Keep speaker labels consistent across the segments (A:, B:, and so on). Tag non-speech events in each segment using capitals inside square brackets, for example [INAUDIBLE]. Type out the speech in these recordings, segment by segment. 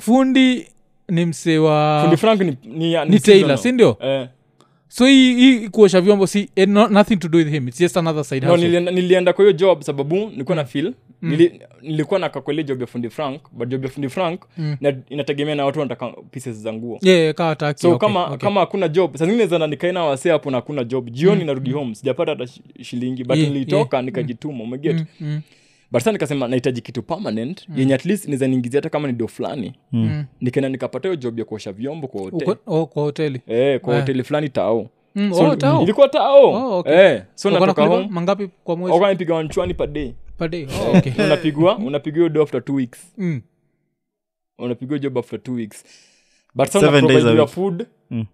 A: fundi ni msee wa
B: fundi frank ni, ni, ni,
A: Ah. ni
B: seasonal.
A: taylor sindio
B: eh.
A: so hii hii kuosha vyombo si eh, no, nothing to do with him its just another side
B: no,
A: hustle.
B: nilienda, nilienda kwa hiyo job sababu nilikuwa
A: Mm.
B: na feel Nili, nilikuwa na kakweli job ya fundi frank but job ya fundi frank na, inategemea na watu wanataka pieces za nguo
A: Mm. yeah, yeah, kaa taki
B: so
A: okay,
B: kama
A: okay.
B: kama hakuna job saa zingine zana nikaina wase hapo na hakuna job jioni narudi home sijapata hata shi- shilingi but
A: Mm. Yeah,
B: nilitoka nikajituma umeget
A: mm.
B: but saa nikasema nahitaji kitu permanent yenye at least niza niingizia hata kama ni do fulani
A: Mm.
B: nikaenda nikapata hiyo job ya kuosha vyombo kwa hoteli
A: Uko- oh, kwa hoteli
B: eh, kwa
A: Eh.
B: hoteli fulani tao
A: Mm, oh, tao.
B: ilikuwa tao
A: Oh, okay.
B: eh, so
A: Uko na
B: natoka
A: kulipa
B: home
A: mangapi kwa mwezi
B: Wakwa nipiga wanchwani per day
A: per day oh,
B: [LAUGHS]
A: okay.
B: unapigwa unapigwa hiyo do after two weeks
A: mm.
B: unapigwa hiyo job after two weeks but sasa
C: Seven days a
B: unaprovidiwa
C: week.
B: food
C: Mm.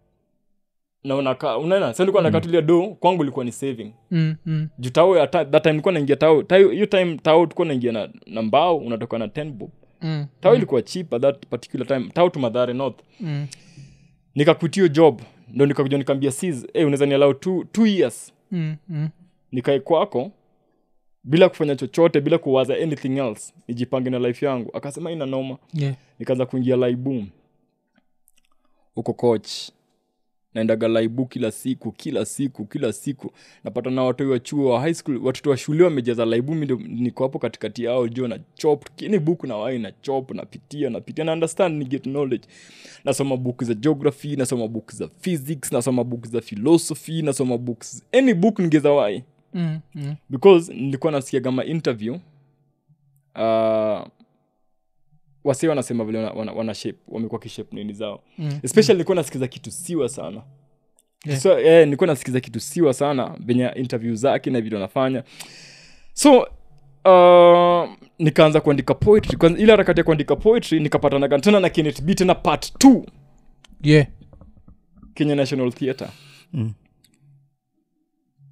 B: na unakaa unaona sasa nilikuwa nakatulia do kwangu ilikuwa ni saving
A: Mm, mm.
B: juu tao ya ta- that time nilikuwa naingia tao tao- hiyo time tao tulikuwa naingia na, na mbao unatoka na 10 bob
A: Mm.
B: tao ilikuwa cheap at that particular time tao to madhare north
A: Mm.
B: nikakutio job ndo nikakuja nikaambia sis hey, unaweza nialau two, two years
A: Mm. Mm.
B: nikae kwako bila kufanya chochote bila kuwaza anything else nijipange na life yangu akasema ina noma
A: Yeah.
B: nikaanza kuingia laibu huko coach naendaga laibu kila siku kila siku kila siku napata na watoi wa chuo wa high school watoto wa shule wamejaza laibu mi ndo niko hapo katikati yao jo na chop kini buku na wai na chop napitia napitia na understand ni get knowledge nasoma book za geography nasoma book za physics nasoma book za philosophy nasoma books any book nigeza wai
A: Mm. Mm.
B: because nilikuwa nasikia kama interview uh, wase wanasema vile wana, wana, wana shape wamekuwa kishape nini zao
A: Mm.
B: especially nilikuwa nasikiza kitu siwa sana
A: Yeah.
B: so, eh, nilikuwa nasikiza kitu siwa sana venye interview zake na vile wanafanya so Uh, nikaanza kuandika poetry Kwanza- ile harakati ya kuandika poetry nikapatanaga tena na Kenneth B tena part 2
A: Yeah.
B: kenya national theatre
C: Mm.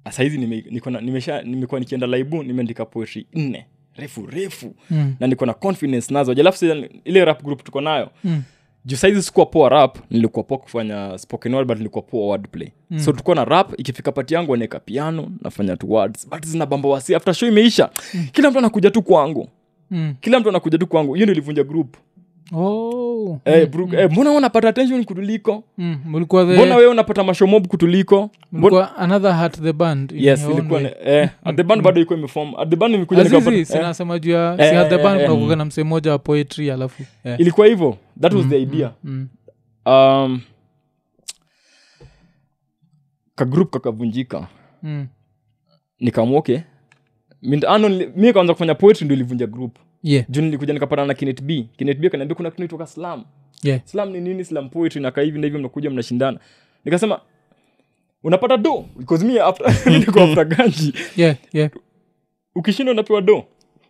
B: sahizi nime, niko na- nimesha- nimekuwa nikienda laibu nimeandika poetry nne refu refu
A: Mm.
B: na niko na confidence nazo alafu sasa ile rap group tuko nayo
A: Mm.
B: juu saizi sikuwa poa rap nilikuwa poa kufanya spoken word but nilikuwa poa wordplay mm. so tulikuwa na rap ikifika pati yangu anaweka piano nafanya tu words but zina bamba wasi after show imeisha kila mtu anakuja tu kwangu
A: Mm.
B: kila mtu anakuja tu kwangu hiyo ndio ilivunja group
A: Oh.
B: eh, bru- eh, mbona wewe unapata attention kutuliko
A: Mm. Mulikuwa the
B: mbona wewe unapata mashomob kutuliko mbona
A: mulikuwa another hat the band in
B: yes
A: your own
B: ilikuwa
A: way.
B: ni-
A: [LAUGHS]
B: eh, at the band bado ilikuwa imeform at the band imekuja
A: Azizi,
B: nikapata- eh,
A: sinasema juu ya
B: Eh,
A: si hat the
B: eh,
A: band
B: eh,
A: kunakuwaga na msee mmoja wa poetry alafu Eh.
B: ilikuwa hivyo that was the idea
A: Mm.
B: um, kagrup kakavunjika
A: Mm.
B: nikamoke ah, mi kaanza kufanya poetry ndio ilivunja group
A: Yeah.
B: juu nilikuja nikapatana na kinet b kinet b akaniambia kuna kitu naitwa slam
A: Yeah.
B: slam ni nini slam poetry na kahivi na hivyo mnakuja mnashindana nikasema unapata do because mi after, [LAUGHS] niko after
A: Mm.
B: ganji
A: Yeah. Yeah.
B: ukishinda unapewa do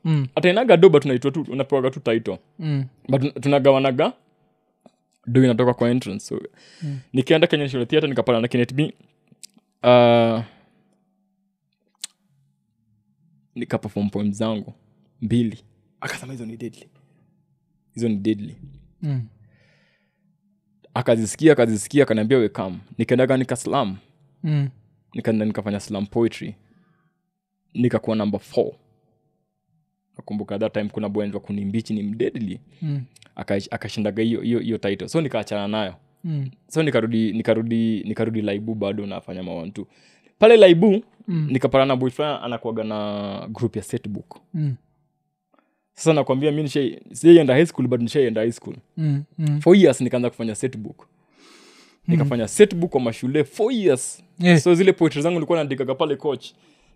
A: Mm.
B: atainaga do but unaitwa tu unapewaga tu title
A: Mm.
B: but tun- tunagawanaga do inatoka kwa entrance so, nikienda kenya shule theatre nikapata na kinet b uh, nikapafom poem zangu mbili akasema hizo ni deadly hizo ni deadly
A: Mm.
B: akazisikia akazisikia akaniambia wekam nikaendaga nikaslam
A: Mm.
B: nikaenda nikafanya slam poetry nikakuwa number four nakumbuka that time kuna bwendwa kunimbichi ni mdedli
A: Mm.
B: Aka- akashindaga hiyo hiyo hiyo title so nikaachana nayo
A: Mm.
B: so nikarudi nikarudi nikarudi laibu bado nafanya mawantu pale laibu
A: Mm.
B: nikapatana na boy fulani anakuaga na group ya setbook
A: Mm.
B: sasa nakwambia mi nishai- sijaienda high school but nishaienda high school
A: Mm. Mm.
B: four years nikaanza kufanya setbook nikafanya setbook kwa mashule four years
A: Yeah.
B: so zile poetry zangu nilikuwa naandikaga pale coach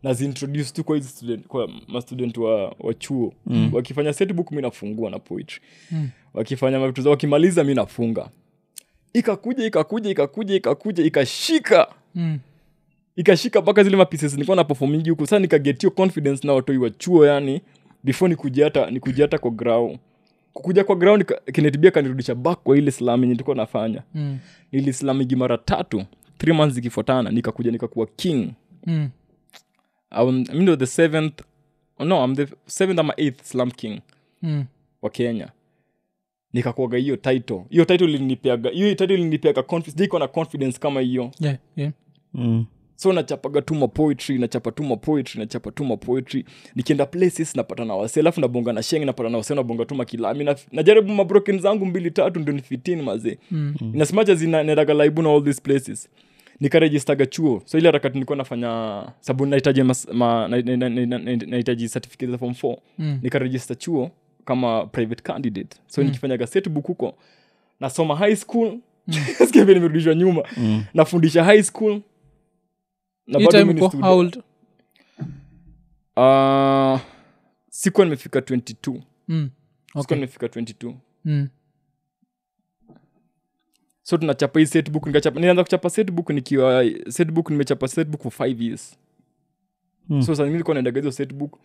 B: na ziintroduce tu kwa hizi student, kwa mastudent wa, wa chuo mm. wakifanya setbook mi nafungua na poetry
A: Mm.
B: wakifanya mavitu zao wakimaliza mi nafunga ikakuja ikakuja ikakuja ikakuja ikashika
A: Mm.
B: ikashika mpaka zile mapieces nilikuwa na performingi huku sasa nikaget hiyo confidence na watoi wa chuo yani before nikuje hata nikuje hata kwa grau kukuja kwa grau nika- kinetibia kanirudisha back kwa ile slam yenye tulikuwa nafanya
A: Mm.
B: nilislamigi mara tatu three months zikifuatana nikakuja nikakuwa king
A: Mm.
B: I'm, I'm the seventh oh, no I'm the seventh ama eighth slam king
A: Mm.
B: wa kenya nikakuaga hiyo title hiyo title ilinipeaga hiyo title ilinipeaga confidence sijai kuwa na confidence kama hiyo
A: Yeah. Yeah.
C: Mm.
B: so nachapaga tu mapoetry nachapa tu mapoetry nachapa tu mapoetry nikienda places napata na wase alafu nabonga na sheng napata na wase nabonga tu makilami na, najaribu mabroken zangu mbili tatu ndio nifitin mazee mm. nasmacha zinaendaga laibu na all these places nikarejistaga chuo so ile harakati nilikuwa nafanya sabu nahitaji mas- ma- na- na- na- na- na- nahitaji certificate za form 4 mm. nikarejista chuo kama private candidate so
A: Hmm.
B: mm. nikifanyaga setbook huko nasoma high school [LAUGHS] Sikia vile nimerudishwa nyuma
C: mm.
B: nafundisha high school na
A: Hii
B: bado
A: time
B: mimi ni
A: uko
B: student.
A: how old?
B: Ah, sikuwa nimefika 22
A: Mm.
B: sikuwa
A: Okay.
B: nimefika 22
A: Mm.
B: so tunachapa hii setbook nikachapa nilianza kuchapa setbook nikiwa setbook nimechapa setbook for 5 years
C: Hmm.
B: so saa nyingine nilikuwa naendaga hizo setbook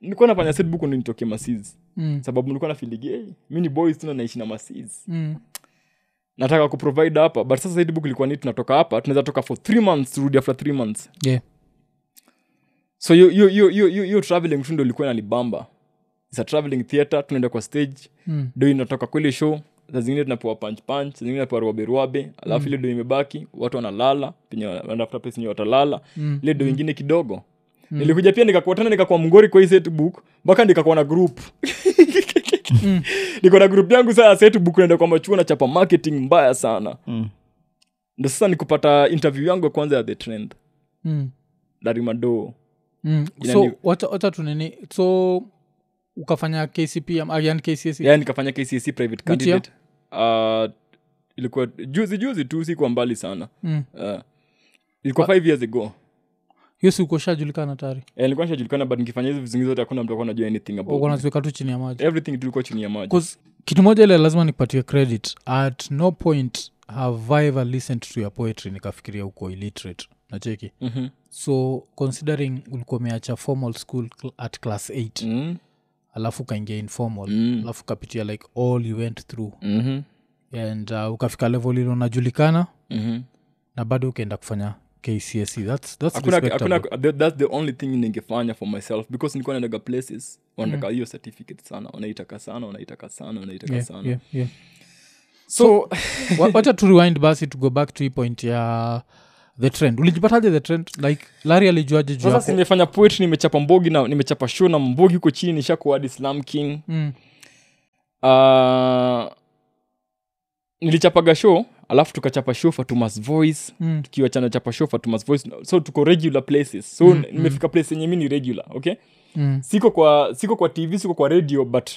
B: nilikuwa nafanya setbook ndio nitoke masizi
A: Mm.
B: sababu nilikuwa nafiligi hey, mi ni boys tuna naishi na masizi
A: Mm.
B: nataka kuprovide hapa but sasa setbook ilikuwa ni tunatoka hapa tunaweza toka for 3 months turudi after 3 months
A: Yeah.
B: so hiyo- hiyo- hiyo- hiyo hiyo- hiyo traveling tu ndo ilikuwa nalibamba It's a traveling theatre tunaenda kwa stage
A: Mm.
B: do inatoka kweli show saa zingine tunapewa punch punch saa zingine tunapewa ruabe ruabe alafu
A: Mm.
B: ile do imebaki watu wanalala penye wanatafuta pesa yenye watalala
A: Mm.
B: ile do ingine kidogo nilikuja pia nikakuwa tena nikakuwa mgori kwa hii setbook mpaka nikakuwa na
A: [LAUGHS]
B: group
A: Mm.
B: niko na group yangu saa ya setbook naenda kwa machuo nachapa marketing mbaya sana
C: Mm.
B: ndo sasa nikupata interview yangu ya kwanza ya the trend
A: Mm.
B: darimado
A: Mm.
B: Ila
A: so
B: ni-
A: wacha wacha tunini so ukafanya kcpm ah, yani kcc
B: yeah, Yaani nikafanya kcc E private
A: Which year?
B: candidate uh, ilikuwa juzi juzi tu sikuwa mbali sana
A: Mm.
B: uh, ilikuwa five years ago
A: hiyo si ukoshajulikana tayari
B: Ah. Eh, nilikuwa nishajulikana but nikifanya hizo vizingi zote hakuna mtu akuwa anajua anything about
A: Walikuwa
B: me.
A: wanaziweka tu chini ya maji
B: everything tulikuwa chini ya maji
A: 'Cause kitu moja ile lazima nikupatie credit at no point have I ever listened to your poetry nikafikiria uko illiterate nacheki
B: Mhm.
A: so considering ulikuwa umeacha formal school cl- at class 8
B: Mm,
A: alafu ukaingia informal
B: Mm.
A: alafu ukapitia like all you went through
B: mhm,
A: and uh, ukafika level ile unajulikana
B: mhm.
A: na bado ukaenda kufanya kcse E. that's, that's
B: Hakuna-
A: respectable.
B: hakuna- that- that's the only thing ningefanya for myself because nilikuwa naendaga places wanataka hiyo certificate sana wanaitaka sana wanaitaka sana wanaitaka
A: Yeah,
B: sana
A: yeah, yeah. [LAUGHS]
B: so
A: Wa- wacha tu rewind basi to go back to hii point ya the trend ulijipataje the trend like lari alijuaje juu
B: sasa
A: yako
B: simefanya poetry nimechapa mbogi na nimechapa show na mbogi huko chini nishakuwa hadi slam king
A: Mm,
B: Ah, nilichapaga show alafu tukachapa show fatumas voice
A: mm,
B: tukiwa chana chapa show fatumas voice so tuko regular places so
A: Mm,
B: nimefika place yenye mi ni regular okay
A: mm.
B: siko kwa siko kwa tv siko kwa radio but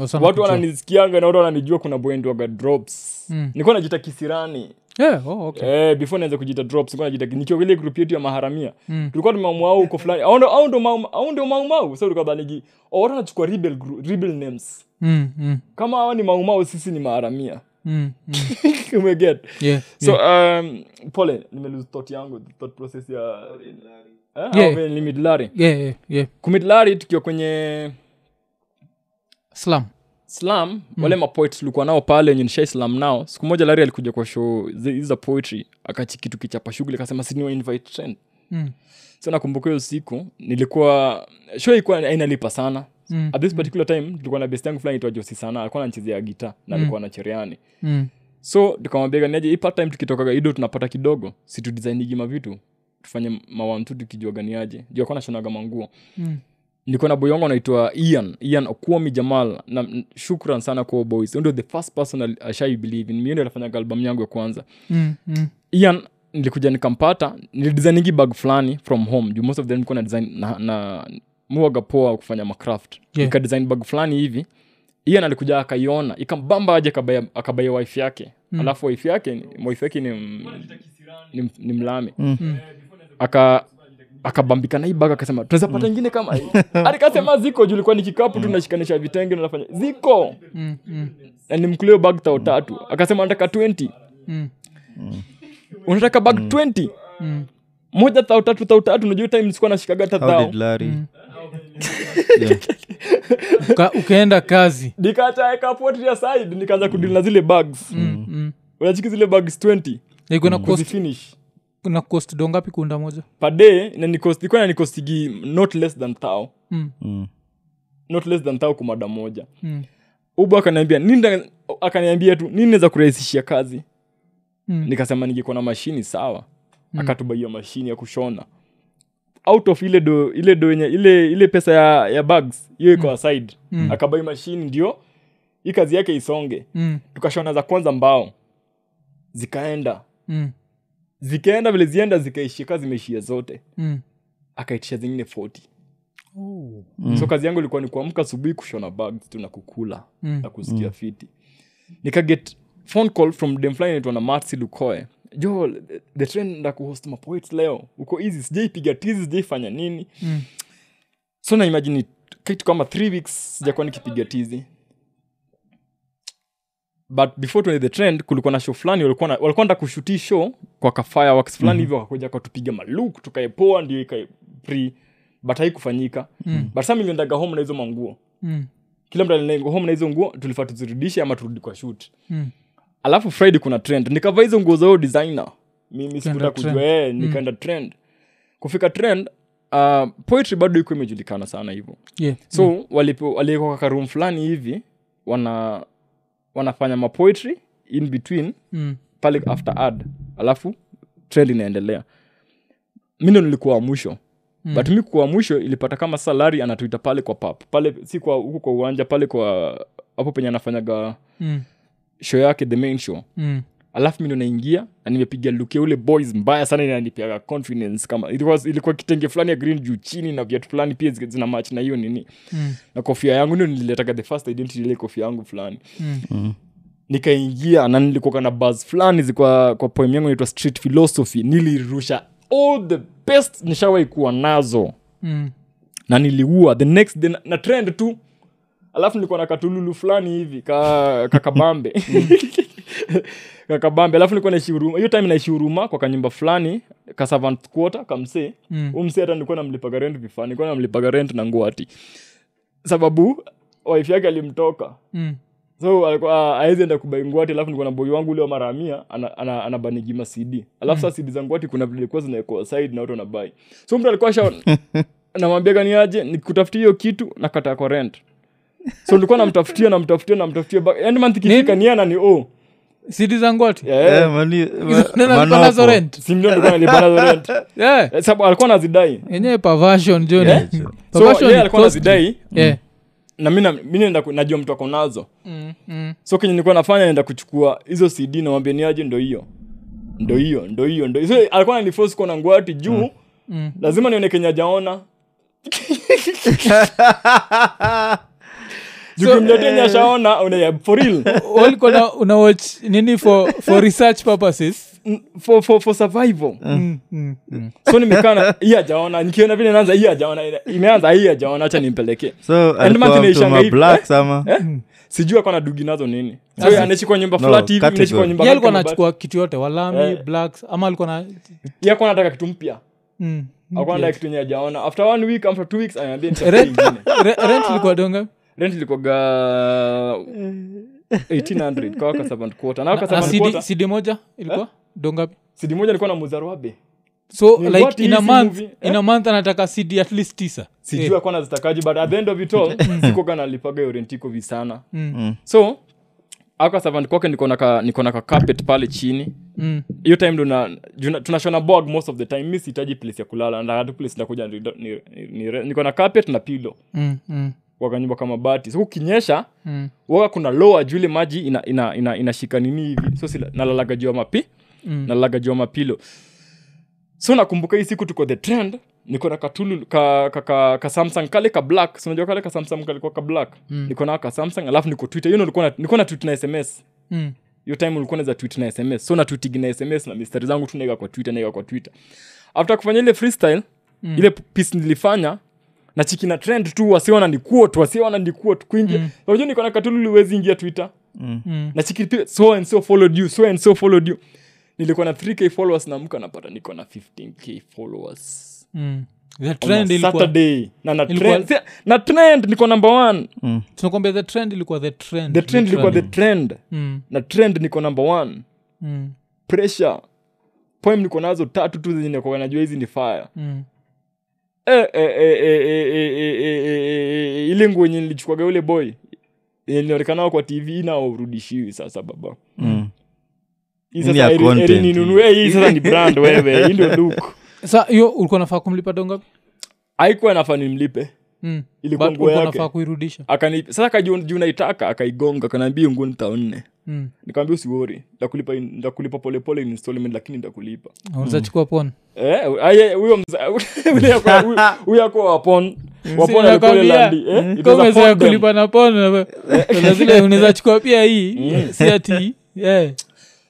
A: Wasana
B: watu
A: kujua.
B: wananisikianga na watu wananijua kuna boendwaga drops
A: Mm.
B: nilikuwa najita kisirani
A: Yeah, oh, okay.
B: eh, before nianze kujita drops nilikuwa najita nikiwa ile group yetu ya maharamia
A: Mm.
B: tulikuwa tumeamua huko fulani au ndo- au ndo mau- au ndo maumau so tulikuwa dhanigi oh, watu wanachukua rebel gru- rebel names
A: Mm, mm,
B: kama hawa ni maumau sisi ni maharamia [LAUGHS] Oh
A: mm, mm.
B: umeget
A: Yeah,
B: so
A: yeah.
B: um, pole nimelose thought yangu thought process ya eh,
A: Yeah.
B: au vile ni midlari
A: Yeah, yeah, yeah.
B: kumidlari tukiwa kwenye
A: Slum.
B: slam
A: Mm.
B: wale mapoet tulikuwa nao pale wenye nisha slam nao siku moja lari alikuja kwa show zi- hizi za poetry akachi kitu kichapa shughuli akasema si niwa invite trend
A: Mm,
B: so nakumbuka hiyo siku nilikuwa show ilikuwa inalipa sana
A: mm,
B: at this particular time tulikuwa na best yangu fulani itwa josi sana alikuwa anachezea gita na alikuwa na chereani
A: mm,
B: so tukamwambia ganiaje hii part time tukitokaga ido tunapata kidogo si tudisainigi mavitu tufanye mawantu tukijua ganiaje juu akuwa nashonaga manguo
A: mm.
B: nilikuwa na boy wangu anaitwa ian ian okuomi jamal na m- shukran sana kwa boys Huyo ndio the first person al- ashai believe in me Yeye ndio alifanya album yangu ya kwanza
A: Mm, mm,
B: ian nilikuja nikampata nilidesigningi bag fulani from home juu most of them nilikuwa na design na, na muwaga poa wa kufanya macraft
A: Yeah.
B: nikadesign bag fulani hivi ian alikuja akaiona ikambamba aje akabaya, akabaya wife yake mm. alafu wife yake ni- wife yake ni, m- ni, m- ni mlami
A: Mm.
B: aka akabambika na hii bag akasema tunaweza pata ingine kama hii hadi kasema ziko juu ilikuwa ni kikapu tunashikanisha vitenge na nafanya ziko
A: mm, mm,
B: na nimkulio bag tao tatu akasema nataka 20
A: mm,
B: unataka bag 20
A: mm.
B: moja thao tatu thao tatu najua time nilikuwa nashikaga hata
C: How
B: thao
C: did Larry?
A: Mm.
C: Yeah.
A: Uka- ukaenda kazi
B: nikataeka potri aside nikaanza kudili na zile bags
A: Mm, mm.
B: unachiki zile bags 20
A: Like
B: Mm.
A: una cost-
B: kuzifinish
A: una cost dongapi kuunda moja
B: pade ilikuwa nanikostigi not less than thao
A: Mm,
C: [LAUGHS] Mm.
B: not less than thao kumada moja
A: mm,
B: ubu akaniambia ninda akaniambia tu nini naweza kurahisishia kazi
A: mm,
B: nikasema ningekuwa na mashini sawa mm. akatubaia mashini ya kushona out of ile do ile do yenye ile ile pesa ya, ya bags hiyo iko mm. aside mm. akabai mashini ndio hii kazi yake isonge
A: mm.
B: tukashona za kwanza mbao zikaenda
A: mm.
B: zikaenda vile zienda zikaishika zimeishia zote
A: mm.
B: akaitisha zingine 40
A: Oh.
C: Mm.
B: so kazi yangu ilikuwa ni kuamka asubuhi kushona bags tu na kukula
A: Mm.
B: na kusikia fiti nikaget phone call from demfly naitwa na marsi lukoe jo the- the train nda kuhost mapoet leo uko easy sijaipiga tizi sijaifanya nini
A: Mm.
B: so naimajini kitu kama three weeks sijakuwa nikipiga tizi but before tuende the trend kulikuwa na show fulani walikuwa na- walikuwa nda kushuti show kwa ka fireworks fulani hivyo mm-hmm. wakakuja wakatupiga maluk tukaepoa ndio ikae pre but haikufanyika
A: Mm.
B: but sa niliendaga home na hizo manguo
A: Mm.
B: kila mtu aliendaga home na hizo nguo tulifaa tuzirudishe ama turudi kwa shoot
A: Mm.
B: alafu friday kuna trend nikavaa hizo nguo zao designer mimi sikutaka
A: trend.
B: kujua ee nikaenda trend kufika trend uh, poetry bado iko imejulikana sana hivyo
A: Yeah.
B: so mm. waliekwa karum fulani hivi wana wanafanya mapoetry in between
A: Mm.
B: pale after ad alafu trend inaendelea mi ndo nilikuwa wa mwisho
A: Mm.
B: mm. but mi kuwa wa mwisho ilipata kama salari anatuita pale kwa pap pale si kwa huko kwa uwanja pale kwa hapo penye anafanyaga
A: Mm.
B: show yake the main show
A: Mm.
B: alafu mi ndo naingia na nimepiga luke ule boys mbaya sana inanipiaga confidence kama ilikuwa, ilikuwa kitenge fulani ya green juu chini na viatu fulani pia zi- zina match na hiyo nini
A: Mm.
B: na kofia yangu ndio nililetaga the first identity ile kofia yangu fulani
A: Mm.
B: nikaingia na nilikuwa na buzz fulani zikwa kwa poem yangu inaitwa street philosophy nilirusha all the best nishawahi kuwa nazo
A: Mm.
B: na niliua the next day na, na trend tu alafu nilikuwa na katululu fulani hivi ka kakabambe kakabambe alafu nilikuwa naishi huruma hiyo time naishi huruma kwa kanyumba fulani ka servant quarter kamsee
A: Mm.
B: mm. msee hata nilikuwa namlipaga rent vifaa nilikuwa namlipaga rent na nguati sababu wife yake alimtoka
A: Mm.
B: so alikuwa aezi enda kubaingwati alafu nikuwa na boy wangu ule wa maramia anabanigi ana, ana anabanigi ma cd alafu saa cd za ngwati kuna vile ilikuwa zinaekwa side na watu wanabai so mtu alikuwa sha
A: [LAUGHS]
B: namwambia gani aje nikutafutia hiyo kitu nakataa kwa rent so nilikuwa namtafutia namtafutia namtafutia ba- end month ikifika ni yeye anani oh
A: Sidi za ngwati?
B: yeah,
C: Eh, mani-
A: Hizo nena
C: ma-
A: alikuwa
C: manopo.
A: nazo rent?
B: si ndio alikuwa analipa nazo
A: [LAUGHS]
B: rent
A: Yeah.
B: Eh, sababu alikuwa anazidai
A: Enyewe perversion, Johnny.
B: Yeah. so
A: Perversion
B: yeye
A: ni
B: alikuwa
A: cost.
B: anazidai
A: Yeah.
B: na mi na- mi naenda ku- najua mtu ako nazo
A: Mm. Mm.
B: so kenye nilikuwa nafanya naenda kuchukua hizo cd namwambia ni aje ndo hiyo ndo hiyo ndo hiyo ndo so, alikuwa nanifos kuona ngwati juu
A: Mm.
B: lazima nione kenye ajaona jukumnyatenye ashaona unaya for real
A: walikuwa na- una watch nini for, for research purposes
B: N- Mm, for, for, for survival
A: mm, mm, mm.
B: so nimekaa na hii ajaona nikiona vile naanza hii ajaona ina- imeanza hii ajaona hacha nimpelekee
C: so
B: Endman
C: alikuwa mtu
B: tunaishanga
C: ma
B: hivi,
C: black sama
B: [LAUGHS] eh? sijui akawa na dugi nazo nini so
A: Sasa-
B: anaishi kwa nyumba
C: No,
B: flat hivi anaishi kwa
C: category.
B: nyumba
A: Yeye alikuwa
B: kama bati.
A: anachukua kitu yote walami
B: Eh.
A: blacks ama alikuwa na
B: Yeye alikuwa anataka kitu mpya
A: mm.
B: alikuwa anataka kitu yenye ajaona after one week after two weeks ananiambia nitafute
A: Rent-
B: ingine
A: Re- rent ilikuwa donga
B: rent ilikuwaga 1800 kwa waka servant quarter na waka
A: na
B: servant
A: cd,
B: quarter
A: CD moja ilikuwa dongapi
B: cd moja nilikuwa na muzarwabe
A: so
B: Ni what
A: like in a
B: easy
A: month
B: movie,
A: in a month anataka cd at least tisa Eh.
B: sijui akuwa nazitakaji but at the end of it all sikoga nalipaga hiyo rent iko visana
A: Mm.
B: so aka servant kwake niko na ka- niko na ka carpet pale chini
A: Mm.
B: hiyo time ndo na- juu na- tunashona bog most of the time mi sihitaji place ya kulala na hatu place nakuja ni- ni- ni- ni- niko na carpet na pilo
A: Mm. Mm.
B: wakanyumba kama bati so kukinyesha
A: Mm.
B: waga kuna loa juu ile maji inashika ina, ina, inashika nini hivi so sila- nalalaga juu ya mapi
A: Mm.
B: nalalaga juu ya mapilo so nakumbuka hii siku tuko the trend niko na katulu ka, ka, ka, ka samsung kale ka black So unajua kale ka samsung kalikuwa ka black
A: Mm.
B: niko nao ka samsung alafu niko twitter hiyo ndo nilikuwa na- nilikuwa na tweet na sms
A: Mm.
B: hiyo time ulikuwa naweza tweet na sms so natwitigi na sms na mistari zangu tu naeka kwa twitter naeka kwa twitter after kufanya ile freestyle
A: Mm.
B: mm. ile piece nilifanya na chiki na trend tu wasiwana nikuot wasiwana nikuot kuingia
A: Mm.
B: mm. unajua niko na katulu uwezi ingia twitter
A: Mm.
B: na chiki pia, so and so followed you so and so followed you nilikuwa na 3k followers na mka napata niko na 15k followers
A: Mm. the
B: On a
A: trend ilikuwa
B: Saturday. na na
A: ilikuwa-
B: trend, si- na trend niko number one
D: mm,
A: tunakwambia the trend ilikuwa the trend
B: the trend ilikuwa the trend
A: mm.
B: na trend niko number one
A: Mm.
B: pressure poem niko nazo tatu tu zenye niko najua hizi ni fire
A: Mm.
B: eh, eh, eh, eh, eh, eh, eh, eh, eh, eh, ile nguo yenye nilichukuaga yule
D: mm,
B: Mm. boy yenye ilionekana kwa tv inaurudishiwi sasa baba Hii
D: Hii
B: sasa
D: ya
B: Erin-
D: content.
B: Erin ninunue hii sasa ni brand wewe hii ndio
D: [LAUGHS]
B: look
A: sa hiyo ulikuwa nafaa kumlipa dongapi
B: haikuwa nafaa nimlipe
A: mm.
B: Ilikuwa
A: But
B: nguo
A: ulikuwa
B: yake.
A: nafaa kuirudisha
B: akani sasa kaju juu naitaka akaigonga kanaambia nguo nita nne
A: mm.
B: nikaambia usiwori ndakulipa in- ndakulipa polepole in installment lakini ndakulipa
A: uzachukua pon
B: Eh, aye, huyo mza- [LAUGHS] ule yako- huyo- huyo yako wapon wapon alikuwa ile
A: Mm, nakwambia, Mm,
B: landi, eh, it was a
A: komezea
B: pon them.
A: kulipa na pon
B: [LAUGHS]
A: na- na zile unaweza chukua pia
B: Hmm.
A: hii si ati yeah.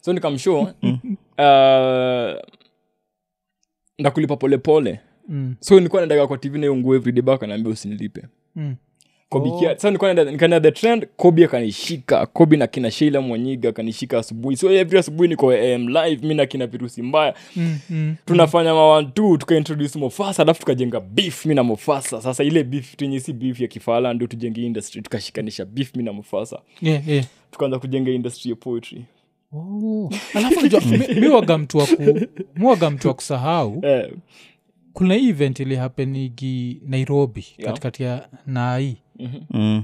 B: so nikamshow eh?
A: Mm.
B: uh, ndakulipa polepole
A: mm.
B: so nilikuwa naendaga kwa tv nayo nguo everyday baka naambia usinilipe
A: Mm.
B: Kobe kia- so nilikuwa naenda- nikaenda the trend kobi akanishika kobi na kina sheila mwanyiga akanishika asubuhi so every asubuhi niko am live mi na kina virusi mbaya
A: Mm. Mm.
B: tunafanya mawantu tukaintroduce mofasa alafu tukajenga beef mi na mofasa sasa ile beef tenye si beef ya kifala ndio tujenge industry tukashikanisha beef mi na mofasa
A: Yeah, yeah.
B: tukaanza kujenga industry ya poetry
A: Oh. alafu unajua, mi- mi waga mtu wa ku- mi waga mtu wa kusahau
B: eh,
A: kuna hii event ilihapenigi nairobi
B: Yeah.
A: katikati ya nai
D: Mm.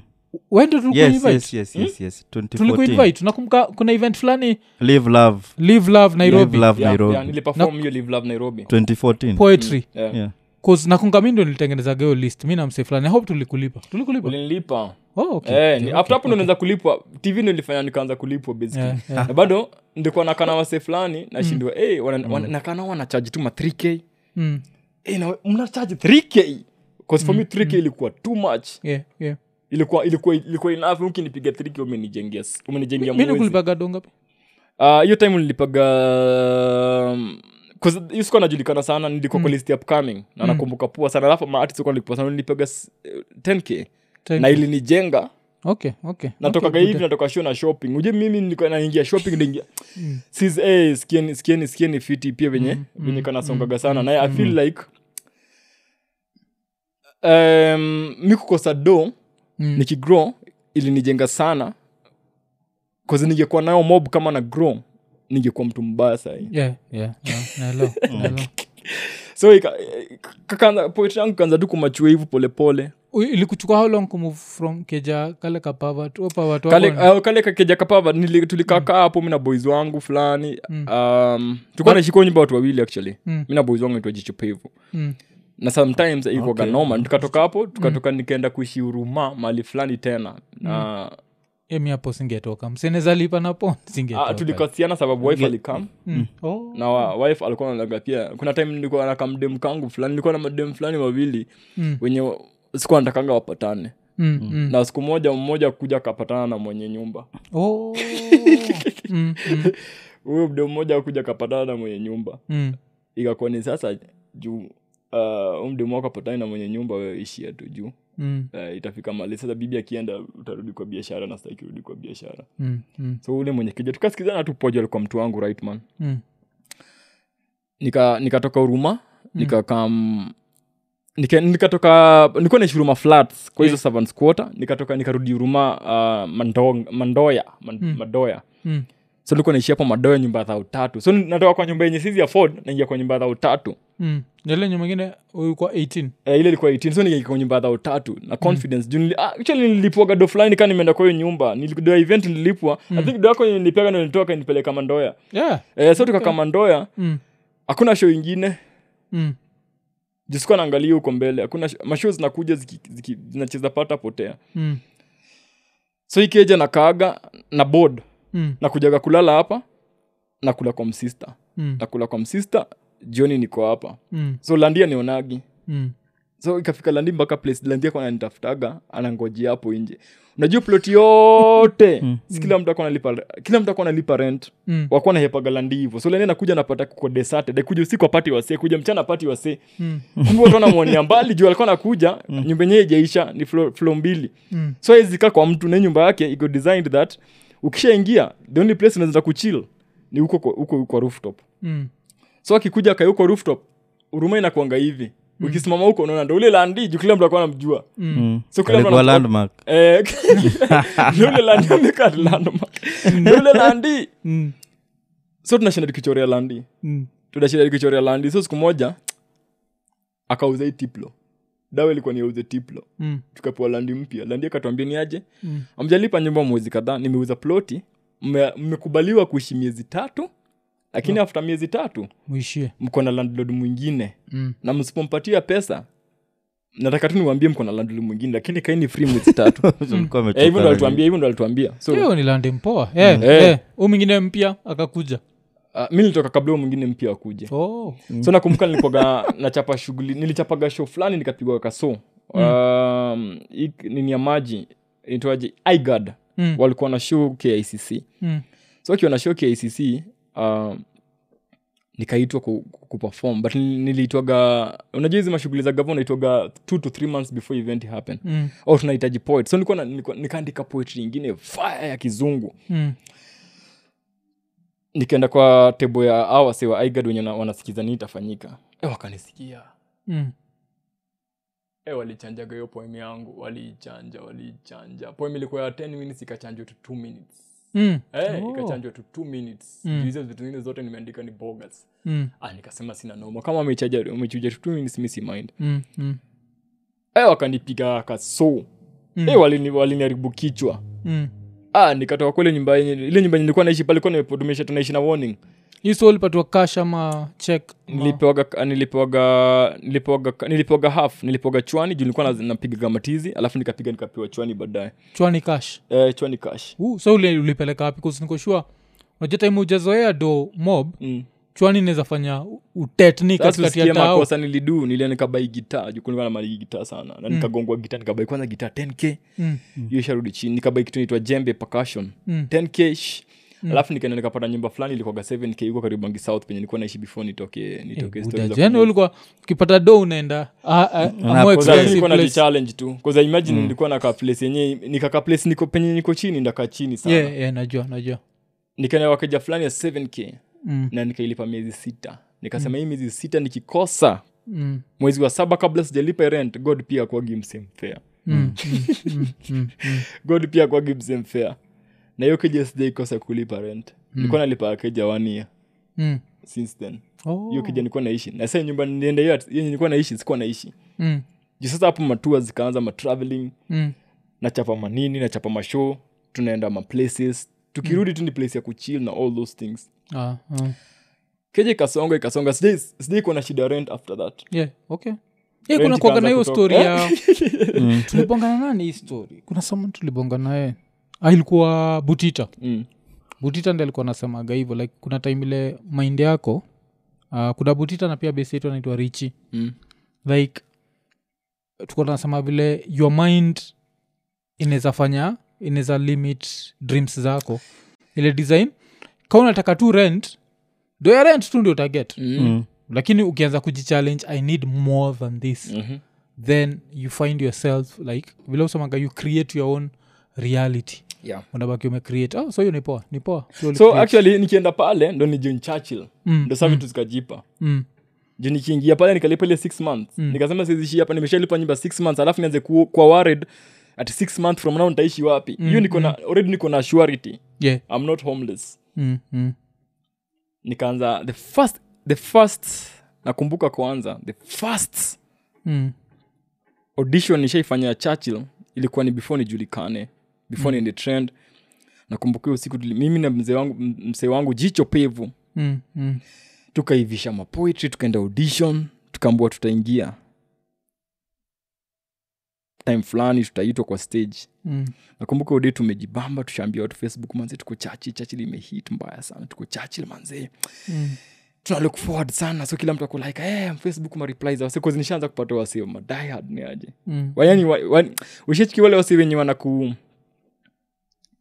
A: wendo
D: Yes,
A: tulikuinvite
D: yes, yes,
B: Hmm?
D: yes, yes. 2014.
A: tulikuinvite nakumbuka kuna event fulani
D: Live Love.
A: live love nairobi
D: Live Love
B: yeah,
D: Nairobi.
B: yeah, niliperform hiyo live love nairobi Eh,
D: 2014.
A: poetry
B: yeah.
D: Yeah.
A: cause nakumbuka mi ndo nilitengenezaga hiyo list mi na mse fulani I hope tulikulipa tulikulipa
B: ulinilipa
A: oh, okay.
B: Eh, ni- after hapo ndo naweza kulipwa tv ndo nilifanya nikaanza kulipwa basically Eh,
A: Yeah, yeah.
B: na bado ndikuwa nakana wase fulani nashindwa mm. hey, wana, wana, nakana wanachaji tu ma 3k
A: Mm,
B: hey, na, mnachaji 3k bcause for me 3k ilikuwa too much
A: yeah, yeah.
B: ilikuwa ilikuwa ilikuwa enough ukinipiga 3k umenijengea s- umenijengea
A: mi
B: mwezi.
A: nikulipaga dongapi
B: Ah, hiyo time nilipaga um, 'cause hiyo sikuwa najulikana sana nilikuwa
A: Mm.
B: kwa list ya upcoming na nakumbuka poa sana alafu maartist walikuwa nalipoa sana nilipaga s- 10k na ilinijenga
A: okay, okay.
B: natokaga
A: okay,
B: hivi
A: good.
B: natoka show na shopping uje mimi nilikuwa naingia shopping naingia
A: Mm.
B: sis eh skieni skieni skieni fiti pia venye venye
A: mm,
B: kanasongaga sana naye i feel like um, mi kukosa do
A: Mm.
B: nikigrow ilinijenga sana kazi ningekuwa nayo mob kama na grow ningekuwa mtu mbaya sahii
A: Yeah, yeah, yeah,
B: [LAUGHS]
A: naelewa,
B: Mm.
A: naelewa.
B: so ika- kakaanza- poetry yangu ikaanza tu kumachua hivo polepole
A: U- ilikuchukua how long kumove from keja kale kapavat upavat
B: kale, uh, kale kakeja kapava nili- tulikakaa hapo mi na boys wangu fulani
A: Mm.
B: um, tulikuwa naishikua nyumba watu wawili actually
A: Mm.
B: mi na boys wangu naitwa jicho pevu
A: Mm.
B: na sometimes ikwaga noma tukatoka hapo tukatoka
A: Mm.
B: nikaenda kuishi uruma mali fulani tena na
A: emi Eh, hapo singetoka msenezalipa napo
B: ah,
A: singetoka
B: tulikasiana sababu wife alikam
A: Mm. Oh.
B: na wa, wife alikuwa nalaga pia kuna time nilikuwa na kamdem kangu fulani nilikuwa na madem fulani wawili
A: Mm.
B: wenye wa- sikuwa natakanga wapatane
A: Mm, mm.
B: na siku moja mmoja kuja akapatana na mwenye nyumba [LAUGHS]
A: Oh. Mm, mm,
B: huyo mdem mmoja kuja akapatana na mwenye nyumba
A: mm.
B: ikakuwa ni sasa juu uh, mdemu wako apatani na mwenye nyumba wewe ishia tu juu
A: Mm,
B: uh, itafika mali sasa bibi akienda utarudi kwa biashara na sitaki urudi kwa biashara
A: mm, mm,
B: so ule mwenye kija tukasikizana tu poja alikuwa mtu wangu right man
A: mm.
B: Nika- nikatoka huruma nikakam nika- nikatoka nilikuwa naishi huruma flats kwa hizo servants quarter nikatoka nikarudi huruma uh, mandong, mandoya man, madoya
A: Mm.
B: so nilikuwa naishi hapo madoya nyumba ya dhau tatu so natoka kwa nyumba yenye sizi afford naingia kwa nyumba ya dhau tatu
A: Mm. ile nye mwingine ulikuwa 18
B: Eh, ile ilikuwa 18 so nikaika kwenye nyumba dhao tatu na confidence juu nili- ah, actually nililipwa gado fulani kaa nimeenda kwa hiyo nyumba nilikudoa event nililipwa i think doa kwenye nilipiaga ndo nilitoka nipeleka mandoya
A: yeah.
B: eh, so tukaka mandoya
A: mm.
B: hakuna show ingine
A: Mm.
B: jisikuwa naangalia huko mbele hakuna sh- mashow zinakuja ziki- ziki- zinacheza pata potea
A: Mm.
B: so ikieja nakaaga na board
A: Mm.
B: nakujaga kulala hapa nakula kwa msista
A: Mm.
B: nakula kwa msista jioni niko hapa
A: Mm.
B: so landia nionagi
A: Mm.
B: so ikafika landi mpaka place landi ako ananitafutaga anangojea hapo nje unajua ploti yote si kila mtu akuwa analipa kila mtu akuwa analipa rent
A: Mm.
B: wakuwa nahepaga landi hivo so landi anakuja napata kukodesate Saturday kuja usiku apati wasee kuja mchana apati wasee
A: Mm.
B: kumbe watu wanamwonea mbali juu alikuwa nakuja nyumba yenyewe ijaisha ni flo, flo mbili
A: Mm.
B: so aizika kwa mtu na nyumba yake iko designed that ukishaingia the only place unaweza kuchill ni huko kwa- huko kwa rooftop
A: Mm.
B: so akikuja akae huko rooftop huruma inakuanga hivi ukisimama huko unaona ndo ule landi juu kila mtu akuwa namjua
D: Mm.
B: So kila mtu
D: Alikuwa
B: anakuwa-
D: landmark. [LAUGHS]
B: Eh, [LAUGHS] ndo ule landi amekaa landmark. Ndo ule landi
A: Mm.
B: so tunashinda tukichorea landi
A: Mm.
B: tunashinda tukichorea landi so siku moja akauza hii tiplo dawa ilikuwa ni auze tiplo
A: Mm.
B: tukapewa landi mpya landi akatuambia ni aje
A: Mm.
B: amjalipa nyumba mwezi kadhaa nimeuza ploti mme- mmekubaliwa kuishi miezi tatu lakini after miezi tatu
A: mwishie
B: mko na landlord mwingine
A: mm.
B: na msipompatia pesa nataka tu niwaambie mko na landlord mwingine lakini kaini free mwezi tatu
D: [LAUGHS] Tulikuwa
B: Eh, hivyo ndo
D: ametoka
B: alituambia hivyo ndo alituambia so
A: hiyo ni lande mpoa Eh,
B: Eh.
A: eh, huyu mwingine mpya akakuja
B: ah, mi nilitoka kabla huyo mwingine mpya akuje
A: oh.
B: so nakumbuka nilikuwaga [LAUGHS] nachapa shughuli nilichapaga show fulani nikapigwa kaso um, ik- nini ya maji inaitwaje igad
A: Mm.
B: walikuwa na show kicc
A: Mm.
B: so akiwa na show kicc um, nikaitwa ku- ku- kuperform but nil- niliitwaga unajua hizi mashughuli za gavo naitwaga two to three months before event happen
A: Mm.
B: au tunahitaji poet so nilikuwa na- nilikuwa- nikaandika poetry ingine fire ya kizungu
A: Mm.
B: nikaenda kwa tebo ya awase wa igad wenye wana- wanasikiza nini itafanyika e wakanisikia
A: Mm.
B: e walichanjaga hiyo poem yangu waliichanja waliichanja poem ilikuwa ya 10 minutes ikachanjwa to 2 minutes
A: Mm.
B: Eh,
A: Oh.
B: ikachanjwa to 2 minutes
A: Mm.
B: Juu hizo vitu zingine zote nimeandika ni bogus
A: Mm.
B: ah, nikasema sina noma kama amechaja- amechuja to 2 minutes mi si mind
A: Mm. Mm.
B: eh, wakanipiga kaso
A: Mm.
B: eh, walini- waliniharibu kichwa
A: Mm.
B: ah, nikatoka kule nyumba yenye- ile nyumba yenye nilikuwa naishi pale kwa tumesha tunaishi na warning
A: hii so ulipatiwa cash ama check ama-
B: nilipewaga nilipewaga nilipewaga nilipewaga half nilipewaga chwani juu nilikuwa naz- napigaga matizi alafu nikapiga nikapewa chwani baadaye
A: chwani cash
B: eh, chwani kash
A: uh, so uli- ulipeleka wapi kusinikoshua unajua time ujazoea do mob
B: mm.
A: chwani inaweza fanya u- utetni
B: Sasa
A: katikati
B: usikie
A: ya tao
B: makosa nilidu nilia nikabai gitaa juu kulikuwa na mali gitaa sana na nikagongwa gitaa nikabai kwanza gitaa 10k
A: Mm,
B: hiyo sharudi chini nikabai kitu inaitwa jembe percussion
A: mm,
B: 10k sh alafu nikaenda nikapata nyumba fulani ilikuwaga 7k huko karibu bangi south penye nilikuwa naishi before nitoke
A: Eh,
B: nitoke stories
A: Buda,
B: za
A: jana
B: kumove.
A: Yaani ulikuwa ukipata do unaenda ah, ah, a more
B: Kwanza
A: expensive
B: nilikuwa
A: place. Mm.
B: najichallenge tu kaza imagine nilikuwa na kaplace yenye nikaka place niko penye niko chini ndakaa chini sana
A: Yeah, yeah, najua najua
B: nikaenda kwa keja fulani ya 7k
A: Mm,
B: na nikailipa miezi sita nikasema hii miezi sita nikikosa
A: mm,
B: mwezi wa saba kabla sijalipa rent god pia kwagi msemfea
A: mm, mm, mm, mm.
B: god pia kwagi msemfea na hiyo keja sijaikosa kulipa rent nilikuwa nalipa keja wania
A: Mm.
B: since then
A: Oh,
B: hiyo keja nilikuwa naishi na sasa nyumba nilienda hiyo yenye nilikuwa naishi sikuwa naishi
A: mm,
B: juu sasa hapo matua zikaanza matraveling
A: mm,
B: nachapa manini nachapa mashow tunaenda maplaces tukirudi tu ni place ya kuchill na all those things
A: ah, ah.
B: keja ikasonga ikasonga sijai sijai kuwa na shida ya rent after that
A: Yeah, okay
B: Rent
A: yeah, kuna kuaga na
B: ikaanza
A: hiyo
B: kutoka.
A: story ya
B: [LAUGHS]
D: Mm.
A: tulibonga na nani hii story kuna someone tulibonga naye Ah, ilikuwa butita
B: mm.
A: butita ndi alikuwa anasemaga hivyo like kuna time ile maindi yako uh, kuna butita na pia besi yetu anaitwa richi
B: Mm.
A: like tukuwa tunasema vile your mind inaweza fanya inaweza limit dreams zako ile design ka unataka tu rent do ya rent tu ndio utaget
B: Mm.
D: Mm.
A: lakini ukianza kujichallenge i need more than this
B: Mhm.
A: then you find yourself like vile usemaga you create your own reality
B: Yeah.
A: unabaki umecreate oh, so hiyo ni poa ni poa Hiyo
B: so
A: ulicreate.
B: actually nikienda pale ndo ni john churchill
A: Mm,
B: ndo saa vitu zikajipa
A: mm,
B: ju nikiingia pale nikalipa ile six months
A: Mm.
B: nikasema sizishi hapa nimeshalipa nyumba six months alafu nianze ku- kuwa worried at six months from now nitaishi wapi
A: Mm,
B: hiyo niko na already niko na surety
A: yeah,
B: i'm not homeless
A: mm, mm,
B: nikaanza the first the first nakumbuka kwanza the first
A: mm,
B: audition nishaifanya ya churchill ilikuwa ni before nijulikane before niende trend nakumbuka hiyo siku tuli- mimi na mzee wangu m- mzee wangu jicho pevu
A: mm, mm.
B: tukaivisha mapoetry tukaenda audition tukaambua tutaingia time fulani tutaitwa kwa stage
A: Mm,
B: nakumbuka udi tumejibamba tushaambia watu facebook manzee tuko chachi chachi limehit mbaya sana tuko chachi manzee
A: mm,
B: tuna look forward sana so kila mtu akulaika hey, facebook mareply za wase kozi nishaanza kupata wase madihard ni aje
A: mm,
B: Wa- yaani wa- wa- ushachiki wale wase wenye wanaku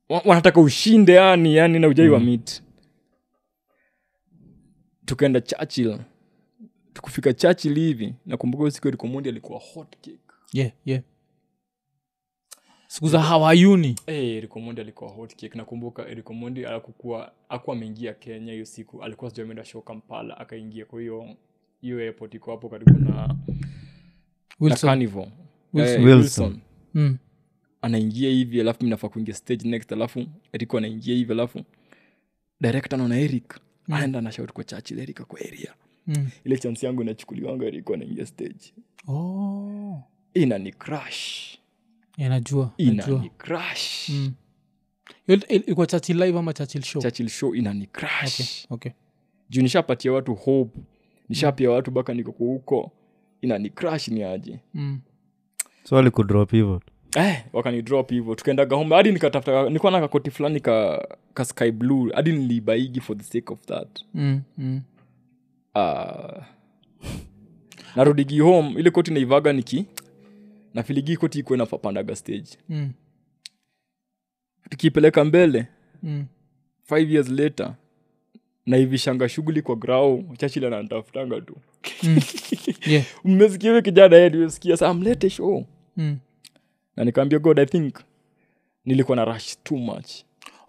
B: wa- wanataka ushinde yani yani na ujai wa
A: Mm.
B: mit tukaenda churchill tukufika churchill hivi nakumbuka hiyo siku elikomundi alikuwa hot cake
A: yeah, yeah. siku za hawayuni
B: Hey, Erikomondi Eh, alikuwa hot cake. Nakumbuka Erikomondi alikuwa akuwa ameingia Kenya hiyo siku, alikuwa sijui ameenda show Kampala, akaingia kwa hiyo hiyo airport iko hapo karibu na na
A: wilson
B: Carnival.
A: Wilson.
B: Eh,
D: Wilson.
B: Wilson.
A: mm,
B: Anaingia hivi alafu mimi nafaa kuingia stage next, alafu Eriko anaingia hivi alafu director anaona Eric anaenda na shout kwa Churchill, Eric kwa area.
A: mm.
B: Ile chance yangu inachukuliwa, Eriko anaingia stage.
A: oh.
B: Ina ni crush.
A: yeah, najua
B: Ina
A: najua
B: ni crush.
A: Mm. Hiyo il- ilikuwa churchill live ama churchill show
B: Churchill show ina ni crush.
A: okay
B: juu nishapatia watu hope nishapia watu baka niko kwa huko ina ni crash ni aje
A: mm.
D: so alikudrop hivo
B: eh, wakanidrop hivyo tukaendaga home hadi nikatafuta nikuwa na kakoti fulani ka, ka sky blue hadi nilibaigi for the sake of that
A: Mm. Mm.
B: uh, narudigi home ile koti naivaga niki nafiligi koti ikuwe nafapandaga stage
A: Mm.
B: tukipeleka mbele
A: Mm.
B: five years later naivishanga shughuli kwa grao chachila nanitafutanga tu
A: Yeah.
B: mmesikia hiyo kijana yeye nimesikia saa mlete show
A: Mm.
B: na nikaambia god i think nilikuwa na rush too much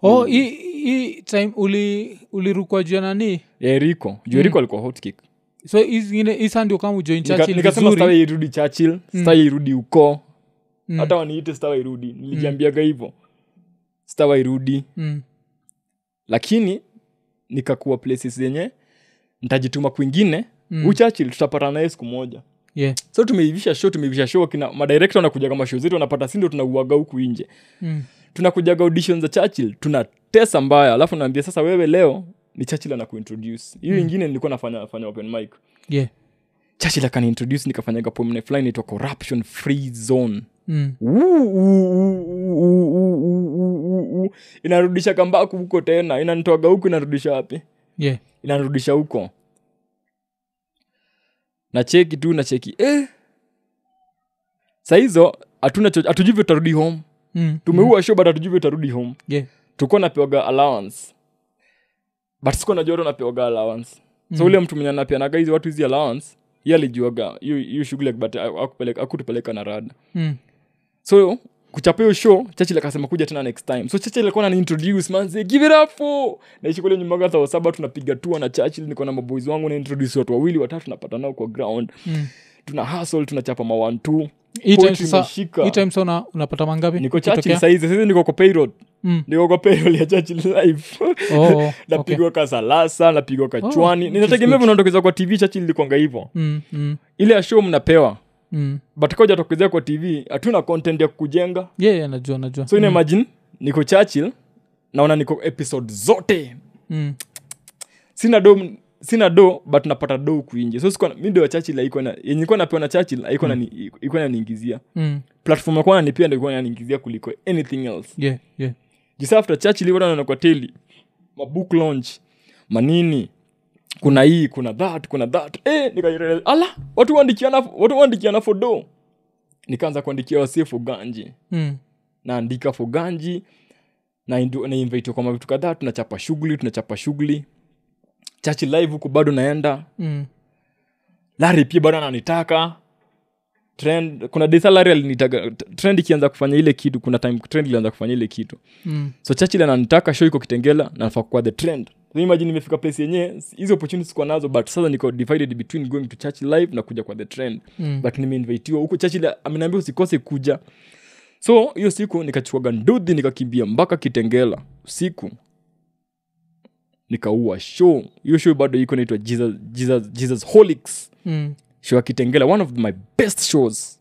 A: oh hii hii time uli ulirukwa juu ya nani
B: eriko Eh, juu eriko alikuwa hot kick
A: so hii zingine hii saa ndio kama ujoin
B: Nika-
A: Mm. churchill
B: nikasema stawa
A: vizuri
B: irudi churchill
A: Mm.
B: stawa irudi uko
A: Mm.
B: hata waniite stawa irudi nilijiambiaga hivyo stawa irudi
A: Mm.
B: lakini nikakuwa places zenye nitajituma kwingine
A: Mm.
B: huu churchill tutapatana naye siku moja
A: yeah.
B: so tumeivisha show tumeivisha show kina madirekta wanakujaga mashow zetu wanapata sindo tunauaga huku nje
A: Mm.
B: tunakujaga audition za churchill tunatesa mbaya alafu naambia sasa wewe leo ni churchill anakuintroduce hiyo ingine nilikuwa nafanya nafanya open mic
A: yeah.
B: churchill akaniintroduce nikafanyaga pomne fulani inaitwa corruption free zone
A: Mm.
B: inarudisha kambaku huko tena inanitoaga huku inarudisha wapi
A: yeah.
B: inarudisha huko na cheki tu na cheki eh. sahizo hatujuvyo tutarudi home
A: Mm.
B: tumeua show but hatujuvyo tutarudi home
A: yeah.
B: tulikuwa napewaga allowance but sikuwa najua watu napewaga allowance
A: Mm.
B: so ule mtu mwenye anapeanaga hizi watu hizi allowance hiyo alijuaga hiyo- hiyo shughuli but hakupeleka- hakutupeleka na rada
A: Mm.
B: so kuchapa hiyo show chachil akasema kuja tena next time so chachil alikuwa ananiintroduce manze give it up oh! naishi kule nyumaga saa saba tunapiga tua na chachil niko na maboys wangu naintroduce watu wawili watatu tunapata nao kwa ground
A: Mm.
B: tuna hustle tunachapa mawan tu
A: Hii time
B: Poetry
A: sasa-
B: imeshika.
A: hii time sasa unapata mangapi
B: niko chachil
A: Ikitokea?
B: saizi saizi niko kwa payroad [LAUGHS]
A: Mm.
B: niko kwa payroad ya chachil life [LAUGHS]
A: Oh, oh, okay.
B: napigwa ka salasa napigwa ka
A: Oh,
B: chwani
A: which is
B: ninategemea
A: good.
B: vinatokeza kwa tv chachil ilikwanga hivo
A: Mm, mm,
B: ile ya show mnapewa
A: mm.
B: but kaujatokezea kwa tv hatuna content ya kujenga
A: yeah, yeah, najua najua
B: so mm.
A: Mm,
B: imagine niko churchill naona niko episode zote
A: mm,
B: sina do sina do but napata do kuinje so sikuwa na- mi ndo ya churchill haikuwa na- yenye nilikuwa napewa na churchill haikuwa nani- haikuwa naniingizia
A: mm,
B: platform yakuwa nanipia ndo ilikuwa naniingizia kuliko anything else
A: yeah, yeah.
B: just after churchill watu wanaona kwa teli mabook launch manini kuna hii kuna that kuna that eh nikajirealize, ala watu wandikiana watu wandikiana for do nikaanza kuandikia wasee for ganji
A: Mm,
B: naandika for ganji nainvitwa kwa mavitu kadhaa tunachapa shughuli tunachapa shughuli chachi live huku bado naenda
A: mm,
B: lari pia bado ananitaka trend kuna desa lari alinitaga t- trend ikianza kufanya ile kitu kuna time trend ilianza kufanya ile kitu
A: mm,
B: so chachil ananitaka show iko kitengela nafaa kuwa the trend so imagine nimefika place yenyewe hizo opportunities sikuwa nazo but sasa niko divided between going to church live na kuja kwa the trend
A: mm.
B: but nimeinvitiwa huko chachil ameniambia usikose kuja so hiyo siku nikachukuaga nduthi nikakimbia mpaka kitengela usiku nikaua show hiyo show bado iko naitwa jesus, jesus, jesus holics
A: Mm,
B: show ya kitengela one of my best shows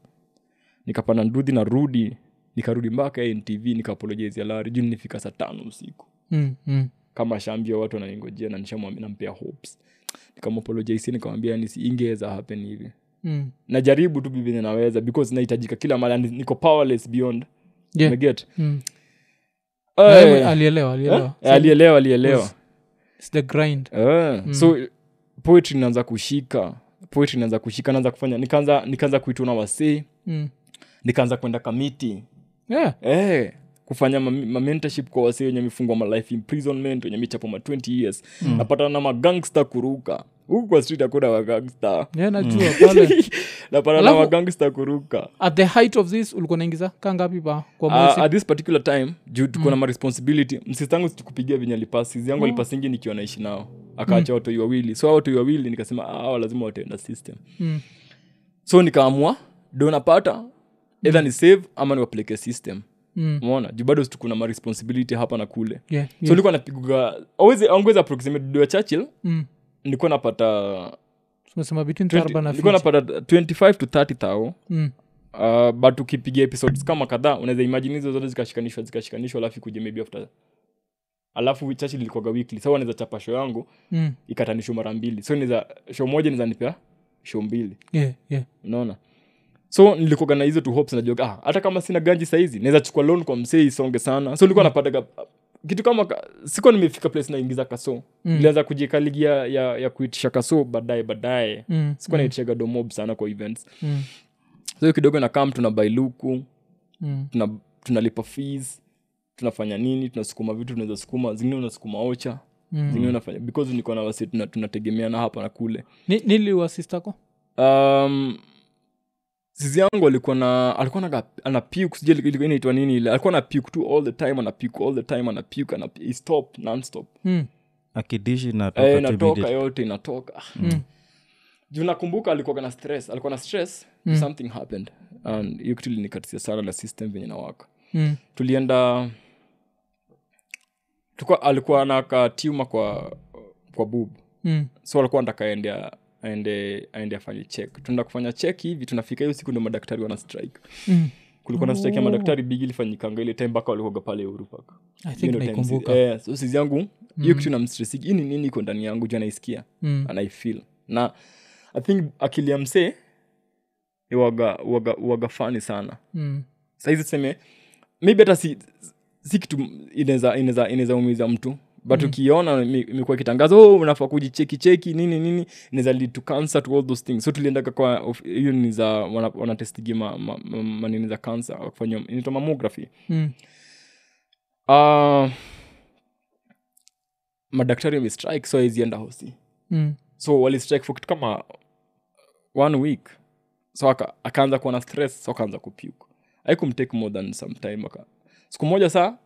B: nikapanda nduthi narudi nikarudi mpaka ntv nikaapolojezia lari juu nilifika saa tano usiku
A: mm, mm.
B: kama shambia watu wananingojea na nishamwambia nampea hopes nikamapolojesi nikamwambia yani si ingeweza happen hivi
A: Mm,
B: najaribu tu vile naweza because nahitajika kila mara yani niko powerless beyond
A: yeah,
B: Umeget?
A: mm.
B: Eh,
A: Na yeye alielewa
B: eh,
A: alielewa
B: eh, alielewa alielewa
A: It's the grind
B: Eh,
A: Mm.
B: so poetry inaanza kushika poetry inaanza kushika naanza kufanya nikaanza nikaanza kuitwa na wasee
A: Mm.
B: nikaanza kwenda kamiti
A: Yeah.
B: eh, kufanya ma- ma- mentorship kwa wasee wenye mifungwa ma life imprisonment wenye michapo ma 20 years mm. napatana na magangsta kuruka huku kwa street hakuna magangsta
A: Yeah, najua
B: [LAUGHS]
A: pale
B: napatana na
A: Alafu-
B: magangsta kuruka
A: at the height of this ulikuwa naingiza kangapi pa kwa Mm.
B: Uh,
A: mwezi
B: at this particular time juu tuko na maresponsibility msistangu situkupigia venye alipasizi
A: Mm.
B: yangu alipasingi nikiwa naishi nao akaacha mm. watoi wawili so hao watoi wawili nikasema "Ah, hawa lazima wataenda system
A: Mm.
B: so nikaamua do napata either ni save ama niwapeleke system
A: Mm.
B: umeona juu bado situ kuna maresponsibility hapa na kule
A: yeah,
B: so
A: yeah.
B: nilikuwa napiga awezi angweza approximate do ya churchill
A: Mm.
B: nilikuwa napata
A: tumesema between
B: 20
A: thirty na
B: nilikuwa
A: 50.
B: napata 25 to 30 thao
A: Mm.
B: uh, but ukipiga episodes kama kadhaa unaweza imagine hizo zote zikashikanishwa zikashikanishwa alafu kuje maybe after alafu chachi lilikwaga weekly sa wanaweza chapa show yangu
A: mm.
B: ikatanishwa mara mbili so niza show moja nizanipea show mbili
A: yeah, yeah.
B: unaona so nilikuaga na hizo tu hopes najua ah, hata kama sina ganji saizi naweza chukua loan kwa msee isonge sana so nilikuwa
A: Mm.
B: napataga kitu kama ka- sikuwa nimefika place naingiza kaso
A: Mm.
B: nilianza kujika ligi ya, ya, ya kuitisha kaso baadaye baadaye
A: Mm,
B: sikuwa naitishaga domob sana kwa events so hiyo kidogo na kam tuna bailuku
A: mm,
B: tuna tunalipa fees tunafanya nini tunasukuma vitu tunaweza sukuma zingine unasukuma ocha
A: mm.
B: zingine unafanya because niko na wasi tuna- tunategemeana hapa na kule
A: Ni- nili wasistako
B: um, sizi yangu alikuwa na alikuwa na ana puke sijui ilikuwa inaitwa nini ile alikuwa na puke tu all the time ana puke all the time ana puke ana he stop non stop
A: mm.
D: akidishi
B: eh
D: natoka tu
B: inatoka
D: immediate.
B: yote inatoka Ah.
A: Mm.
B: juu nakumbuka alikuwa na stress alikuwa na stress
A: Mm.
B: something happened and hiyo kitu ilinikatisha sana na system venye nawaka
A: Mm.
B: tulienda tulikuwa alikuwa nakatiuma kwa kwa bub
A: Mm.
B: so alikuwa nataka aende aende aende afanye check tunaenda kufanya check hivi tunafika hiyo siku ndio madaktari wana strike
A: Mm.
B: kulikuwa na strike ya madaktari big ilifanyikanga ile time mpaka walikuwaga pale urupaka
A: I think naikumbuka
B: eh, so sizi yangu hiyo kitu namstresigi hii ni nini iko ndani yangu juu anaisikia
A: Mm.
B: and i feel na i think akili ya msee ni waga waga waga fani sana
A: Mm.
B: saizi tuseme maybe hata si, si kitu inaweza inaweza inaweza umiza mtu but mm. ukiona ime- imekuwa ikitangaza oh, unafaa kujicheki cheki nini nini inaweza lead to cancer to all those things so tuliendaga kwa of- hiyo ni za wana- wanatestigia ma, ma, ma, manini za cancer wakifanya inaitwa mammography
A: Mm.
B: uh, madaktari wamestrike so aizienda hosi
A: Mm.
B: so walistrike for kitu kama one week so aka- akaanza kuwa na stress so akaanza kupyuka aikumtake more than some time aka siku moja saa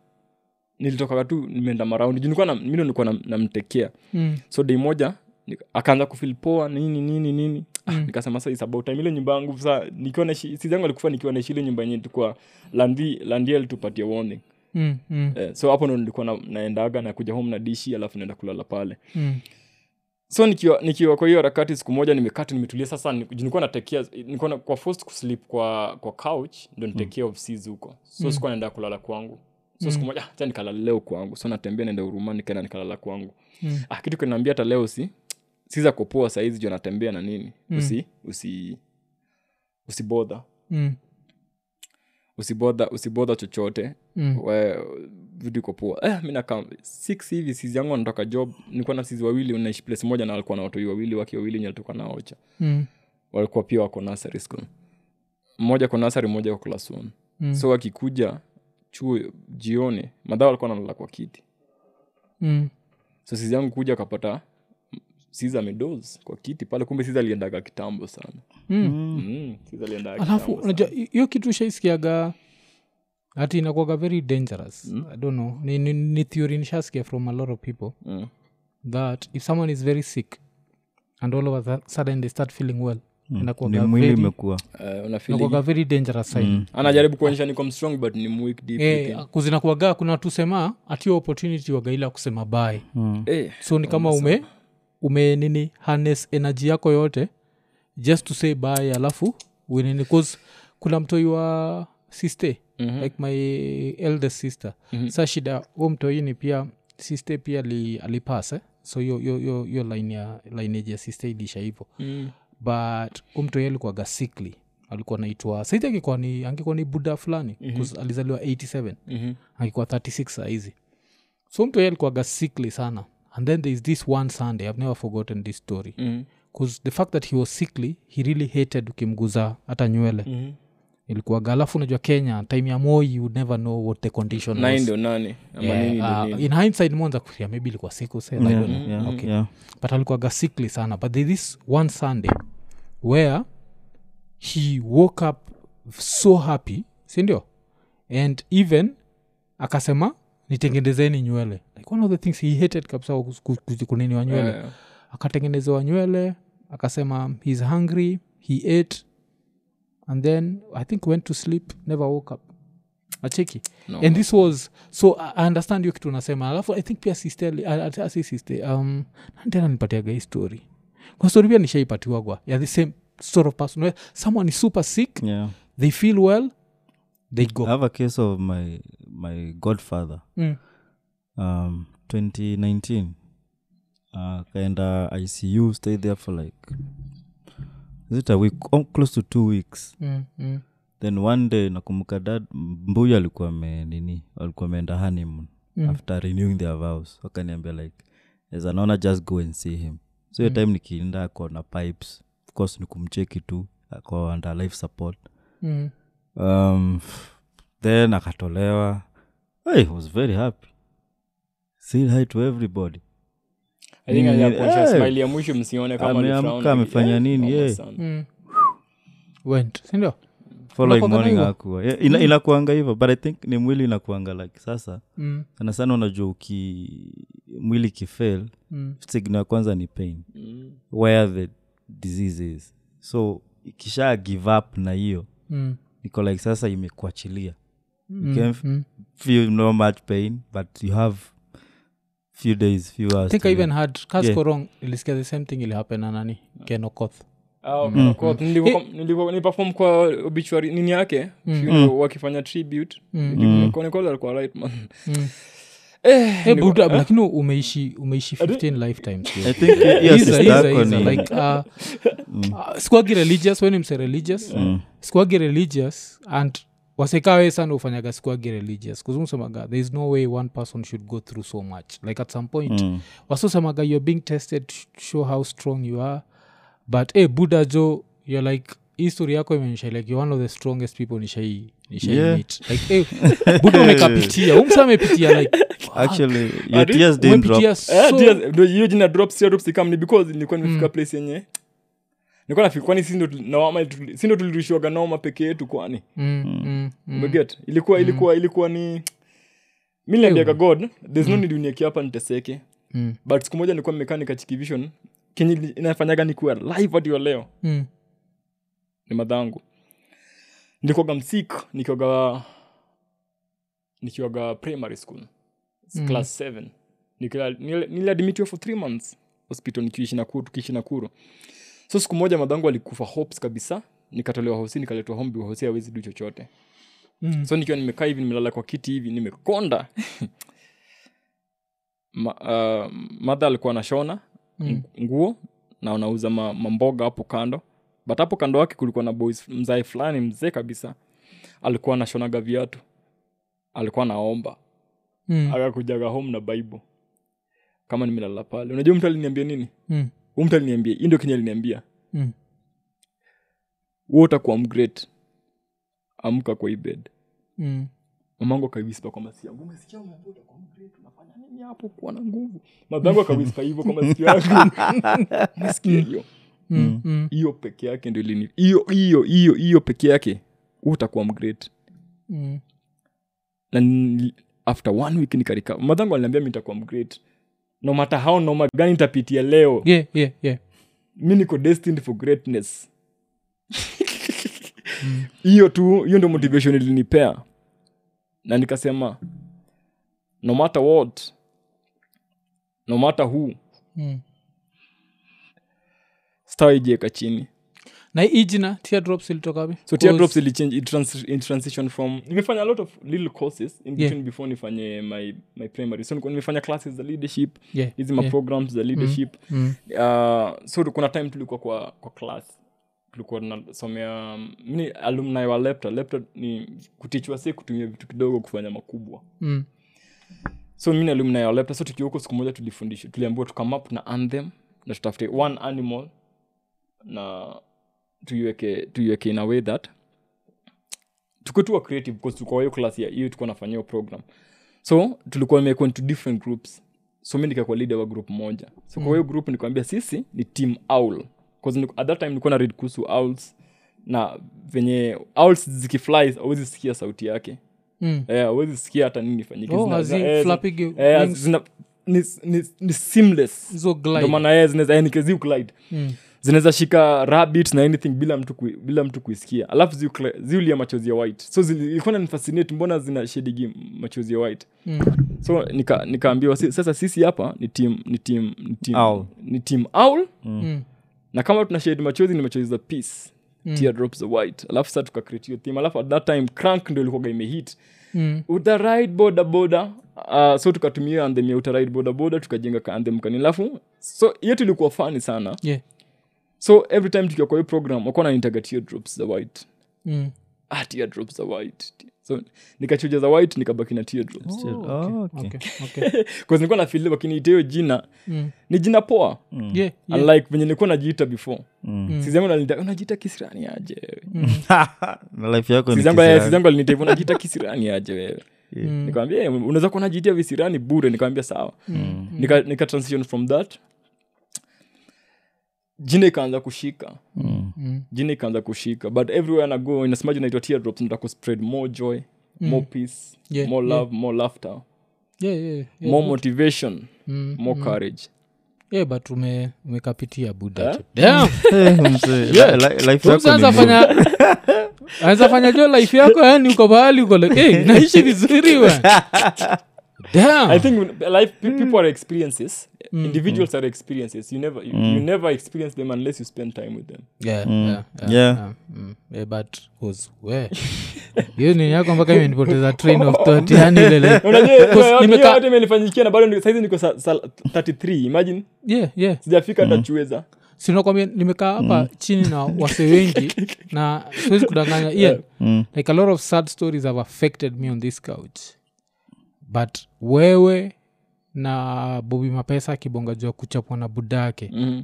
B: nilitokaga tu nimeenda maraundi juu nilikuwa na- mi ndo nilikuwa nam- namtekea
A: Mm.
B: so dei moja nika- akaanza kufil poa nini nini nini ah,
A: Mm.
B: nikasema sa is about time ile nyumba yangu sa nikiwa naishi sizi yangu alikufa nikiwa naishi ile nyumba yenye tulikuwa landi landi alitupatia warning
A: Mm. Mm.
B: eh, so hapo ndo nilikuwa na, naendaga nakuja home na dishi alafu naenda kulala pale
A: Mm.
B: so nikiwa, nikiwa kwa hiyo harakati siku moja nimekati nimetulia sasa ni- nilikuwa natekea nilikuwa na, kwa forced kuslip kwa kwa couch ndo nitekea mm. offices huko so
A: Mm.
B: mm. sikuwa naenda kulala kwangu so
A: Mm.
B: siku moja hata nikalala leo kwangu so natembea naenda huruma nikaenda nikalala kwangu
A: Mm.
B: ah, kitu kinaambia hata leo si siza kupoa saizi juu natembea na nini
A: Mm.
B: mm. usi usi usibodha
A: Mm.
B: usibodha usibodha chochote
A: Mm.
B: We- vitu iko poa eh, mi nakaa six hivi sizi yangu anatoka job nilikuwa na sizi wawili naishi place moja na walikuwa na watoi wawili wake wawili nye alitoka na ocha
A: Mm.
B: walikuwa pia wako nasari school mmoja kwa nasari mmoja kwa class one
A: Mm.
B: so wakikuja chuo jioni madhaa walikuwa nalala kwa kiti
A: Mm.
B: so sizi yangu kuja akapata siza amedos kwa kiti pale kumbe siza aliendaga kitambo sana
A: Mm.
B: mm. siza aliendaga
A: alafu
B: kitambo
A: unajua
B: sana.
A: hi- hiyo kitu shaisikiaga hati inakuaga very dangerous
D: Hmm.
A: mm. i don't know ni, ni, ni theory nishasikia from a lot of people
D: Hmm.
B: Mm.
A: that if someone is very sick and all of a thu- sudden they start feeling well mm.
D: Hmm. ni mwili
A: inakuaga
D: imekuwa
B: Eh, una feeling-
A: very, very dangerous sign mm.
B: anajaribu kuonyesha niko mstrong but ni mweak deep within.
A: Eh, kuzinakuaga kuna tusema atio opportunity wagaila kusema bae
B: Eh,
A: so ni kama ume ume nini harness energy yako yote just to say bye alafu winini cause kuna mtoi wa sister mm-hmm. like my eldest sister mm-hmm. sa shida huo mtoini pia sister pia li, alipas eh? so hiyo- hiyo hiyo- hiyo line ya lineage ya sister ilisha hivo
B: mm.
A: but huo mtoi alikuwaga sickly alikuwa naitwa saizi angekuwa ni angekuwa ni buda fulani mm-hmm. alizaliwa 87
B: Mhm.
A: akikuwa 36 saizi so mtu yeye alikuwaga sickly sana and then there is this one sunday i've never forgotten this story
B: Mhm.
A: bcause the fact that he was sickly he really hated ukimguza hata nywele
B: Mhm.
A: ilikuwaga alafu unajua kenya time ya moi you never know what the condition
B: nai
A: was.
B: ndo nani ama nini ndo
D: ah.
A: Yeah,
B: nini. Mhm.
A: uh, in hindsight mwanza kufikiria maybe ilikuwa siku sel
B: Mm.
D: Yeah, yeah,
A: okay.
D: yeah.
A: but alikuwaga sickly sana but there is one sunday where he woke up so happy sindio and even akasema nitengenezeni nywele like one of the things he hated kabisa ku- ku- ku- kuniniwa nywele
B: Eh,
A: akatengenezewa nywele akasema heis hungry he ate and then i think went to sleep never woke up acheki
B: No.
A: and this was so I- i understand hiyo kitu unasema alafu i think pia sistasiste um, tena nipatiaga hii story kwa story pia nishaipatiwagwa ya the same sort of person where someone is super sick
D: Yeah.
A: they feel well they
D: i
A: go
D: have a case of my my godfather
A: mm.
D: um, 2019 uh, kaenda icu stay there for like is it a week oh, close to two weeks
A: mm, mm.
D: then one day nakumbuka dad mbuyu alikuwa ame- nini alikuwa ameenda honeymoon mm. after renewing their vows wakaniambia like as anaona just go and see him so hiyo mm. time nikienda akona pipes of course ni kumcheki tu ako under life support
A: Mm.
D: um, then akatolewa hey, was very happy said hi to everybody
B: I think
D: Mm,
B: hajakuonyesha
D: eh.
B: smile ya mwisho msione kama ni
D: Ameamka,
B: frown.
D: amefanya
B: Eh,
D: nini,
B: normal
D: eh.
B: sana.
A: Mm. went sindio
D: following
A: Unakuwanga
D: morning
A: hivyo?
D: akuwa yeah, ina, inakuanga hivyo but i think ni mwili inakuanga like sasa
A: mm.
D: sana sana unajua uki mwili kifail
A: Mm.
D: signal ya kwanza ni pain
B: Mm.
D: where the disease is so ikisha give up na hiyo
A: Mm.
D: niko like sasa imekuachilia
A: Mm.
D: can f-
A: Mm.
D: feel no much pain but you have few days few hours
A: think
D: to
A: i
D: live.
A: even had
D: Yeah.
A: kaskorong yeah. ilisikia the same thing ilihappen na nani kenokoth
B: Ah, okay,
D: Mm.
B: of course. Nilivyo- nilivyo- niliperform kwa obituary nini yake
A: Mm.
B: funeral,
D: Mm.
B: wakifanya tribute Nilivyo- Nicole alikuwa right man Eh,
A: hey,
B: niko-
A: buda, Mm. lakini umeishi umeishi 15 lifetimes
D: uh, i think hiyo sister yako ni Mm.
A: sikuagi uh, religious weni mse religious sikuagi religious and wasekawe sana ufanyaga sikuagi religious kuzumsemaga there is no way one person should go through so much like at some point mm. wasosemaga youare being tested to show how strong you are but e buda jo you're like history yako imeonyesha like you're one of the strongest people nishai nishai
D: Yeah.
A: meet. like eh, buda umekapitia umsa amepitia
D: [LAUGHS]
A: like
D: actually your tears didn't drop
A: umepitia
B: Eh,
A: so Mm.
B: tears- ndio hiyo jina drop sio drop sikam ni because nilikuwa nimefika place yenye nilikuwa nafikiri kwani si ndio tu- na wama tuli- si ndio tulirushiwaga noma peke yetu kwani
A: Mm, mm, mm.
B: umeget ilikuwa ilikuwa ilikuwa ni mi niliambiaga god there's
D: Mm.
B: no need unieke hapa niteseke
A: Mm.
B: but siku moja nilikuwa nimekaa nikachikivision kenye ili- inafanyaga nikuwa live hadi wa leo
A: Mm,
B: ni madhangu nilikuwaga msik nikiwaga nikiwaga primary school mm. class 7 Nikila- nil- niliadmitiwa for three months hospital nikiishi nakuru tukiishi nakuru so siku moja madhangu alikufa hopes kabisa nikatolewa hosi nikaletwa home juu hosi awezi du chochote
A: Mm.
B: so nikiwa nimekaa hivi nimelala kwa kiti hivi nimekonda [LAUGHS] Ma, uh, madha alikuwa anashona
A: Mm.
B: mm. nguo na anauza ma, mamboga hapo kando but hapo kando wake kulikuwa na boys mzae fulani mzee kabisa alikuwa anashonaga viatu alikuwa naomba
A: mm,
B: akakujaga home na bible kama nimelala pale unajua mtu aliniambia nini
A: mm,
B: Huyu mtu aliniambia hii ndio kenye aliniambia
A: mm.
B: wewe utakuwa mgret amka kwa hii bed
A: Mm.
B: mamangu akawispa kwa masikio yangu umesikia umevuta kwa mgrate unafanya nini hapo kuwa na nguvu mamangu akawispa hivyo kwa masikio
A: [LAUGHS]
B: yangu umesikia hiyo Hmm.
A: Mm, mm.
B: hiyo peke yake ndio ilini hiyo hiyo hiyo hiyo peke yake huu utakuwa mgrate
A: Mm.
B: na nili- after one week nikarika mamangu aliniambia mi nitakuwa mgrate no matter how noma gani nitapitia leo
A: Yeah, yeah, yeah.
B: mi niko destined for greatness [LAUGHS] hiyo tu hiyo ndio motivation ilinipea na nikasema no matter what no matter who
A: Mm.
B: staijieka chini
A: na hii jina teardrops ilitokapi
B: so teardrops ilichange it trans, it transition from nimefanya a lot of little courses in between before nifanye my, my primary so nilikuwa nimefanya classes za leadership
A: yeah,
B: hizi ma
A: yeah.
B: programs za leadership
A: Mm.
B: uh, so kuna time tulikuwa kwa kwa class tulikuwa tunasomea um, ni alumni wa lepta lepta ni kutichwa si kutumia vitu kidogo kufanya makubwa
A: Mm.
B: so mi ni alumni wa lepta so tukiwa huko siku moja tulifundishwa tuliambiwa tu come up na anthem na tutafute one animal na tuiweke tuiweke in a way that tukutua creative because tulikuwa hiyo class ya hiyo tulikuwa nafanya hiyo program so tulikuwa imekuwa into different groups so mi nikakuwa leader wa group moja so
A: Mm.
B: kwa hiyo group nikwambia sisi ni team owl because ni- at that time nilikuwa na read kuhusu owls na venye owls zikifly awezi sikia sauti yake
A: Mm.
B: Eh, hauwezi sikia hata nini ifanyike
A: Oh,
B: Zina-
A: hazi-
B: zina- eh,
A: flapping
B: zina-
A: your
B: eh,
A: wings.
B: zina- ni- ni- ni seamless
A: Hizo glide.
B: Ndio maana yeye zinaweza yani kazi uglide
A: Mm.
B: zinaweza shika rabbit na anything bila mtu kui, bila mtu kuisikia alafu zi ukla- ziulia machozi ya white so zili- ilikuwa nanifascinate mbona zina shedigi machozi ya white
A: Mm.
B: so nika- nikaambiwa si, sasa sisi hapa ni team ni team ni team
D: Owl.
B: ni team owl
A: Mm.
B: na kama tuna shedi machozi ni machozi za peace mm. teardrops are white alafu sa tukacreate hiyo theme alafu at that time crank ndo ilikuwaga imehit
A: Mm.
B: utaride boda boda uh, so tukatumia anthem ya utaride boda boda tukajenga ka anthem kani alafu so yetu ilikuwa fani sana
A: Yeah.
B: so every time tukiwa kwa hiyo program wakuwa nanitaga teardrops za white
A: Mm.
B: ah, teardrops za white so nikachuja za white nikabaki na teardrops
D: Still- oh, okay.
A: Okay,
B: [LAUGHS]
A: okay.
B: Because nilikuwa na feel wakiniita hiyo jina
A: Mm.
B: ni jina poa
A: Yeah, yeah.
B: unlike venye nilikuwa najiita before
D: Mm.
B: Sister yangu aliniita, unajiita kisirani aje wewe?"
D: na life yako ni
B: Sister yangu-
D: kisirani.
B: sister
D: [LAUGHS]
B: yangu aliniita hivyo, unajiita kisirani aje wewe
A: Mm.
B: nikamwambia "Eh, unaweza kuwa unajiitia visirani bure nikamwambia sawa
A: Mm.
B: nika, nika transition from that jina ikaanza kushika
D: Mm.
A: Mm.
B: jina ikaanza kushika but everywhere nago inasemaji naitwa teardrops nataka kuspread more joy more peace
A: Mm. Yeah,
B: more
A: yeah.
B: love more laughter
A: Yeah, yeah, yeah.
B: more motivation
A: Mm,
B: more courage
A: Yeah, but ume- umekapitia
B: Eh?
A: buda Damn.
D: Eh, mzee, li- li- life yako ni
A: anaweza
D: ngumu.
A: fanya [LAUGHS] anaweza fanya jo life yako yani uko pahali uko like, hey, naishi vizuri
B: [LAUGHS]
A: we
B: i
A: Damn.
B: think when- life pe-
A: Mm.
B: people are experiences individuals are experiences you never you, you never experience them unless you spend time with them
A: Yeah, yeah, yeah,
D: Yeah.
A: yeah, mm. Yeah, but who's- we. hiyo nini yako mpaka imenipoteza train of thought yaani yani lele
B: [LAUGHS]
A: [LAUGHS]
B: unajua
A: Because
B: hiyo- hiyo
A: nimekaa-
B: yote imenifanyikia na bado ni- saizi niko sa- sa- 33 imagine
A: yeah, yeah.
B: sijafika hata chueza
A: sinakwambia nimekaa hapa chini na wase wengi na siwezi kudanganya Ian,
D: Mm.
A: like a lot of sad stories have affected me on this couch but wewe na bobi mapesa akibonga juu ya kuchapwa na budake
B: mm.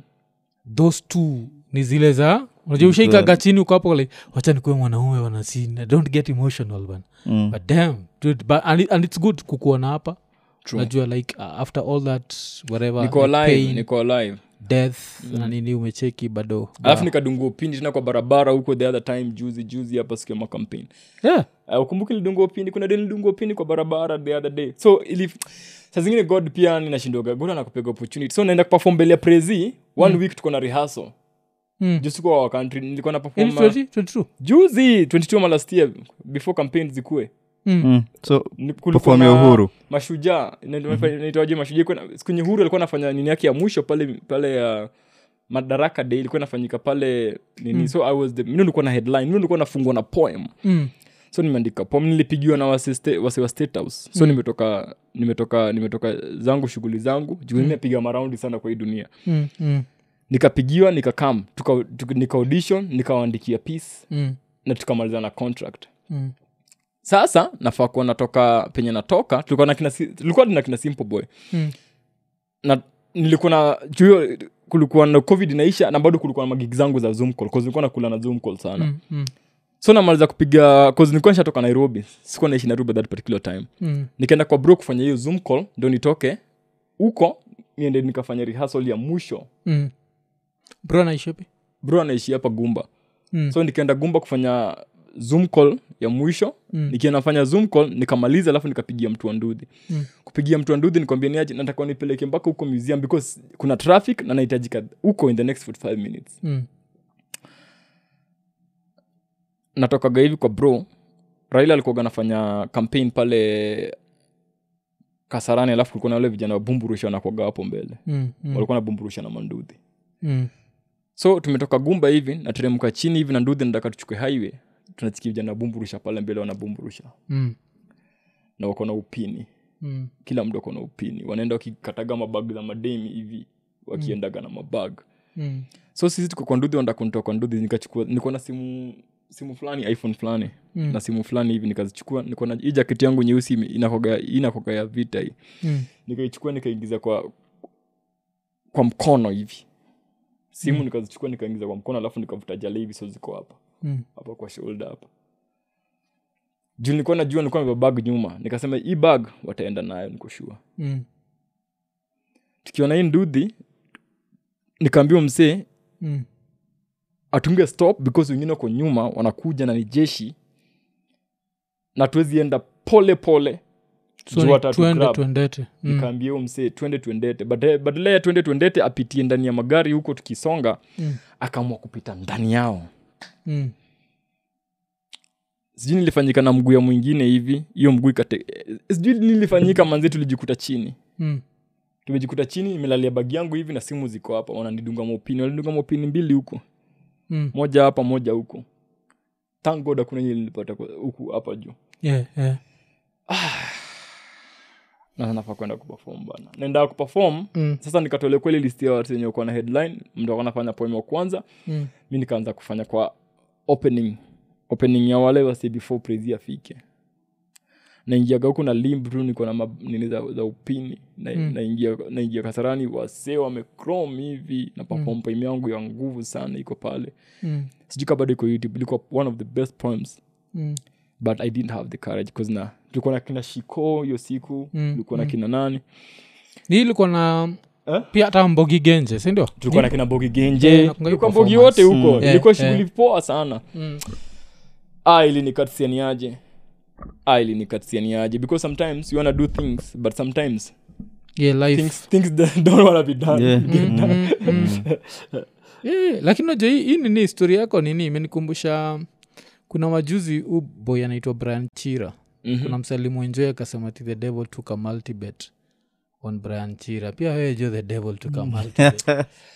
A: those two ni zile za unajua ushaikaga chini uko hapo like wacha nikuwe mwanaume wanasini don't get emotional bana
D: Mm.
A: but damn dude, but, and, it- and it's good kukuona hapa
B: True.
A: unajua like uh, after all that whatever
B: niko
A: like
B: alive
A: pain,
B: niko alive
A: death na nini umecheki bado
B: Mm. alafu nikadunga upindi tena kwa barabara huko the other time juzi juzi hapa siku ya makampeni
A: yeah.
B: uh, ukumbuki nilidunga upindi kuna day nilidunga upindi kwa barabara the other day so ili saa zingine god pia ninashindoga god anakupega opportunity so naenda kuperform mbele ya prezi one
D: Hmm.
B: week tuko na rehearsal
A: Mm.
B: Juu sikuwa wa country nilikuwa
D: Yaani
B: na
A: Any
B: perform
A: 20?
B: uh,
A: 22?
B: juzi 22 ma last year before campaign zikue
A: Hmm.
D: Mm. so
B: Ni-
D: Perform ya
B: na
D: Uhuru.
B: mashujaa Na- naitwaje mashujaa Ilikuwa na- siku yenye uhuru alikuwa anafanya nini yake ya mwisho pale pale ya madaraka day ilikuwa inafanyika pale nini so i was the mimi nilikuwa na headline mimi nilikuwa nafungwa na poem
A: Mm.
B: so nimeandika poem nilipigiwa na wase sta- wase wa state house so nimetoka nimetoka nimetoka zangu shughuli zangu juu nimepiga maraundi sana kwa hii dunia
A: Mm, mm,
B: nikapigiwa nikakam tuka, tuka, nika audition nikawaandikia piece
A: mm,
B: na tukamaliza na contract
A: mm,
B: sasa nafaa kuwa natoka penye natoka tulikuwa na kina, si- tulikuwa na kina simple boy
A: Mm.
B: na nilikuwa na juyo kulikuwa na covid inaisha na bado kulikuwa na magig zangu za zoom call 'cause nilikuwa nakula na zoom call sana
A: mm, mm,
B: so namaliza kupiga 'cause nilikuwa nishatoka nairobi sikuwa naishi nairobi at that particular time
A: mm,
B: nikaenda kwa bro kufanya hiyo zoom call ndo nitoke huko niende nikafanya rehearsal ya mwisho
A: mm. bro naishopi
B: bro anaishi hapa gumba
A: Mm.
B: so nikaenda gumba kufanya zoom call ya mwisho
A: Mm.
B: nikienda nafanya zoom call nikamaliza alafu nikapigia mtu wa ndudhi
A: Mm.
B: kupigia mtu wa ndudhi nikwambia niaje nataka nipeleke mpaka huko museum because kuna traffic na nahitajika huko in the next 45 minutes
A: Mm,
B: natokaga hivi kwa bro raila alikuwaga anafanya campaign pale kasarani alafu kulikuwa na wale vijana wabumburusha wanakwaga hapo mbele
A: mm, mm,
B: walikuwa nabumburusha na mandudhi
A: mm,
B: so tumetoka gumba hivi nateremka chini hivi na ndudhi nataka tuchukue highway tunasikia vijana wabumburusha pale mbele wanabumburusha
A: mm,
B: na wako na upini
A: mm,
B: kila mtu ako na upini wanaenda wakikataga mabag za mademi hivi wakiendaga na mabag
A: mm,
B: so sisi tuko kwa nduthi wanataka kunitoa kwa nduthi nikachukua niko na simu simu fulani iphone fulani
A: Mm.
B: na simu fulani hivi nikazichukua niko na hii jaketi yangu nyeusi ime- inakoga inakoga ya vita hii
A: mm,
B: nikaichukua nikaingiza kwa kwa mkono hivi simu nikazichukua nikaingiza kwa mkono alafu nikavuta jale hivi so ziko hapa
A: mm,
B: hapa kwa shoulder hapa juu nilikuwa najua nilikuwa nimebeba bag nyuma nikasema hii bag wataenda nayo niko sure
A: mm,
B: tukiona hii ndudhi nikaambiwa msee
A: mm.
B: atunge stop because wengine wako nyuma wanakuja na ni jeshi na tuwezienda pole pole
A: So
B: juu
A: ni
B: watatu
A: tuende
B: grab.
A: tuendete Mm,
B: nikaambia huyo msee twende tuendete Bada- badala ya twende tuendete apitie ndani ya magari huko tukisonga
A: Mm.
B: akaamua kupita ndani yao
A: mm,
B: sijui nilifanyika na mguu ya mwingine hivi hiyo mguu ikate eh, sijui nilifanyika manzi tulijikuta chini
A: mm,
B: tumejikuta chini imelalia bagi yangu hivi na simu ziko hapa wananidunga maupini walinidunga maupini mbili huko
A: Mm.
B: moja hapa moja huko thank god hakuna yenye nilipata kwa- huku hapa juu
A: Yeah, yeah.
B: na nafaa kwenda kuperform bana naenda kuperform
A: Mm,
B: sasa nikatolea kweli listi ya watu wenye wakuwa na headline mdo wanafanya poem wa kwanza
A: mm.
B: mi nikaanza kufanya kwa opening opening ya wale wase before praise afike naingiaga huku na limb tu niko na mab- nini za, za upini na,
A: Mm.
B: mm. naingia, naingia kasarani wasee wamecrom hivi na perform poem yangu ya nguvu sana iko pale
A: Mm,
B: sijui ka bado iko youtube ilikuwa one of the best poems
A: mm,
B: but i didn't have the courage 'cause na tulikuwa na kina shiko hiyo siku
A: Mm,
B: tulikuwa na kina nani
A: Ni ilikuwa na
B: Eh?
A: pia hata mbogi genje sindio
B: tulikuwa na kina bogi
A: Yeah,
B: genje
A: nakumbuka hiyo
B: tulikuwa bogi
A: performance.
B: wote huko
A: Yeah,
B: ilikuwa
A: yeah.
B: shughuli poa sana
A: Mm.
B: ah ili nikatsianiaje ah ili nikatsianiaje because sometimes you wanna do things but sometimes
A: yeah, life.
B: things, things [LAUGHS] that don't wanna be done
D: Yeah.
A: Mm, mm, mm. [LAUGHS] Eh, lakini naja hii hii nini historia yako nini imenikumbusha kuna majuzi huu boy anaitwa brian chira
B: Mhm.
A: kuna msalimu enjoy akasema ti the devil took a multibet on brian chira pia wewe jo the devil took a multibet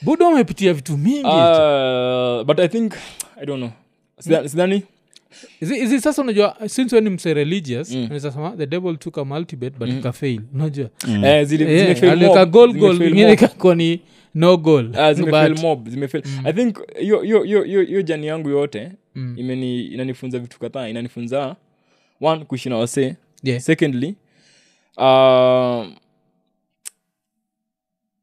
A: budo amepitia vitu mingi uh,
B: Ah, but i think i don't know Sida- sidhani
A: izi sasa unajua since we ni mse religious
B: Mm.
A: unaweza sema the devil took a multibet but ikafail unajua
B: Eh, zili-
A: Eh,
B: zimefail
A: aliweka
B: mob,
A: goal
B: zimefail
A: goal ingine
B: mob.
A: [LAUGHS] ikakuwa ni no goal
B: Ah, zimefail
A: But-
B: mob zimefail i think hiyo- hiyo- hiyo hiyo- hiyo jani yangu yote
A: Mm.
B: Mm-hmm. imeni inanifunza vitu kadhaa inanifunza one kuishi na wasee
A: yeah.
B: secondly um,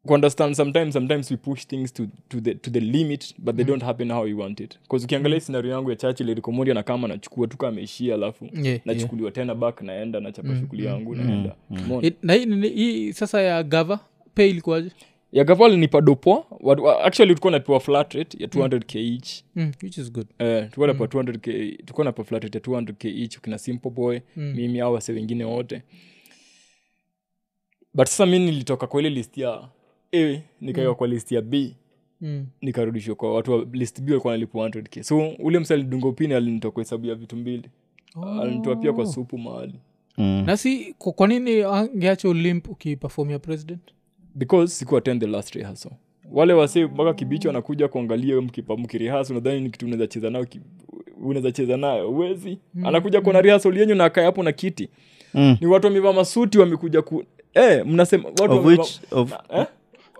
B: kuunderstand sometimes sometimes we push things to, to, the, to the limit but
A: Mm-hmm.
B: they don't happen how you want it bcause ukiangalia scenario yangu ya churchill ilikomoria na kama nachukua tu kama imeishia alafu
A: Mm-hmm. Yeah, yeah.
B: nachukuliwa tena back naenda nachapa shughuli yangu naenda Umeona?
A: It- na hii nini- hii sasa ya gava pay ilikuwaje
B: ya gaval nipa dopoa Watu- wa- actually tulikuwa napewa flat rate ya 200 k each
A: mm, which is good
B: Eh, tulikuwa napewa 200 k tulikuwa napewa flat rate ya 200 k each kina simple boy mimi au wase wengine wote but sasa mi nilitoka kwa ile list ya a nikaiwa kwa list ya b
A: mm.
B: nikarudishwa kwa watu wa list b walikuwa nalipwa 100 k so ule msa alidunga upini alinitoa kwa hesabu ya vitu mbili
A: Oh.
B: alinitoa Ah, pia kwa supu mahali
D: mm.
A: na si kwa kwa nini angeacha ulimp ukiperform ya president
B: because siku attend the last rehearsal wale wase mpaka kibicho anakuja kuangalia mkipa mkirihas unadhani ni kitu unaweza cheza nayo ki- unaweza cheza nayo uwezi
A: Mm.
B: anakuja kuona rehearsal yenyu na akae hapo na kiti
D: Mm.
B: ni watu wamevaa masuti wamekuja ku eh, mnasema watu
D: of
B: wamevaa- Eh?
D: which of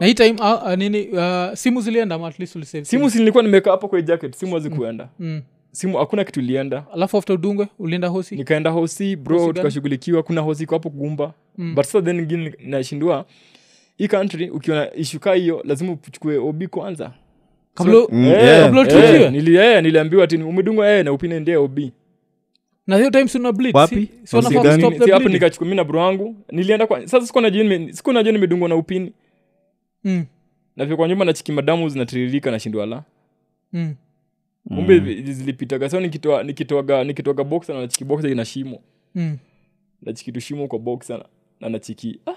A: na hii time ah, ah, nini ah, simu zilienda ama at least ulisave
B: simu si nilikuwa nimekaa hapo kwa hii jacket simu hazikuenda
A: mm.
B: simu hakuna kitu ilienda
A: alafu after udungwe ulienda hosi
B: nikaenda hosi bro
A: gani? Mm.
B: tukashughulikiwa kuna hosi iko hapo gumba but sasa then ingine nashindua hii country ukiona ishuka hiyo lazima uchukue ob kwanza
A: kabla
B: Eh,
D: Mm, yeah.
A: kabla
B: eh,
A: utuziwe
B: nili- eh, niliambiwa tini umedungwa eh, na upine ndie ob
A: na hiyo time suna bleed
D: Wapi?
A: Si- si wanafaa
D: Hosi gani?
A: kustop the
B: Si hapo
A: bleeding.
B: nikachukua mi na bro wangu nilienda kwa sasa siku najua nime- siku najua nimedungwa na upini
A: Mm,
B: navyo kwa nyumba nachikima damu zinatiririka nashindwa la
A: mm.
B: umbe zilipitaga so nikitoa nikitoaga nikitoaga boxa na nachiki boxa ina shimo
A: Mm.
B: nachiki tushimo kwa boxa na- na nachiki ah,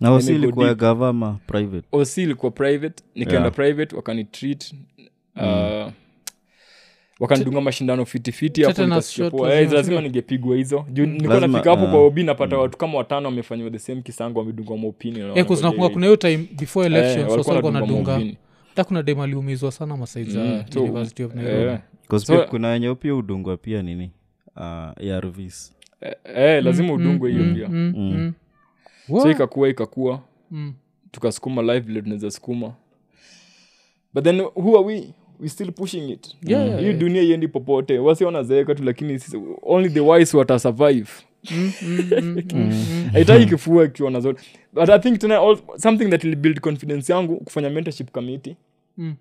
D: na wasi
B: Nimego
D: ilikuwa ya
B: deep.
D: gavama private
B: oc ilikuwa private nikaenda
D: Yeah. Mm.
B: private wakanitreat uh, wakanidunga mashindano fitifiti hapo
A: Tetanus
B: nikasikia
A: shot
B: poa.
A: lazima-
B: Eh, lazima ningepigwa hizo juu nilikuwa
D: Lazima,
B: nafika hapo
D: ah.
B: kwa obi napata watu kama watano wamefanyiwa the same kisango wamedungwa maupini na
A: Eh, 'cause
B: wanangoja
A: nakumbuka
B: hii.
A: kuna hiyo time before
B: Eh,
A: election so
B: walikuwa
A: walikuwa
B: wanadungwa
A: wanadunga
B: maupini.
A: hata kuna dem aliumizwa sana masaiza
B: Mm, so,
A: university of nairobi
B: eh,
D: Cause
B: So-
D: pia kuna wenye pia udungwa pia nini uh, arvs
B: eh, eh, lazima udungwe hiyo pia
A: Mm, mm. Wow.
B: so ikakua ikakua
A: Mm.
B: tukasukuma live vile tunaweza sukuma but then who are we we still pushing it
A: Yeah, yeah,
B: hii
A: yeah.
B: dunia iendi popote wasi wanazeeka tu lakini sisi- only the wise watasurvive
A: Mm, mm, mm, mm, mm.
B: haitaki kifua ikiona zote but i think tena all, something that will build confidence yangu kufanya mentorship committee
A: Mm.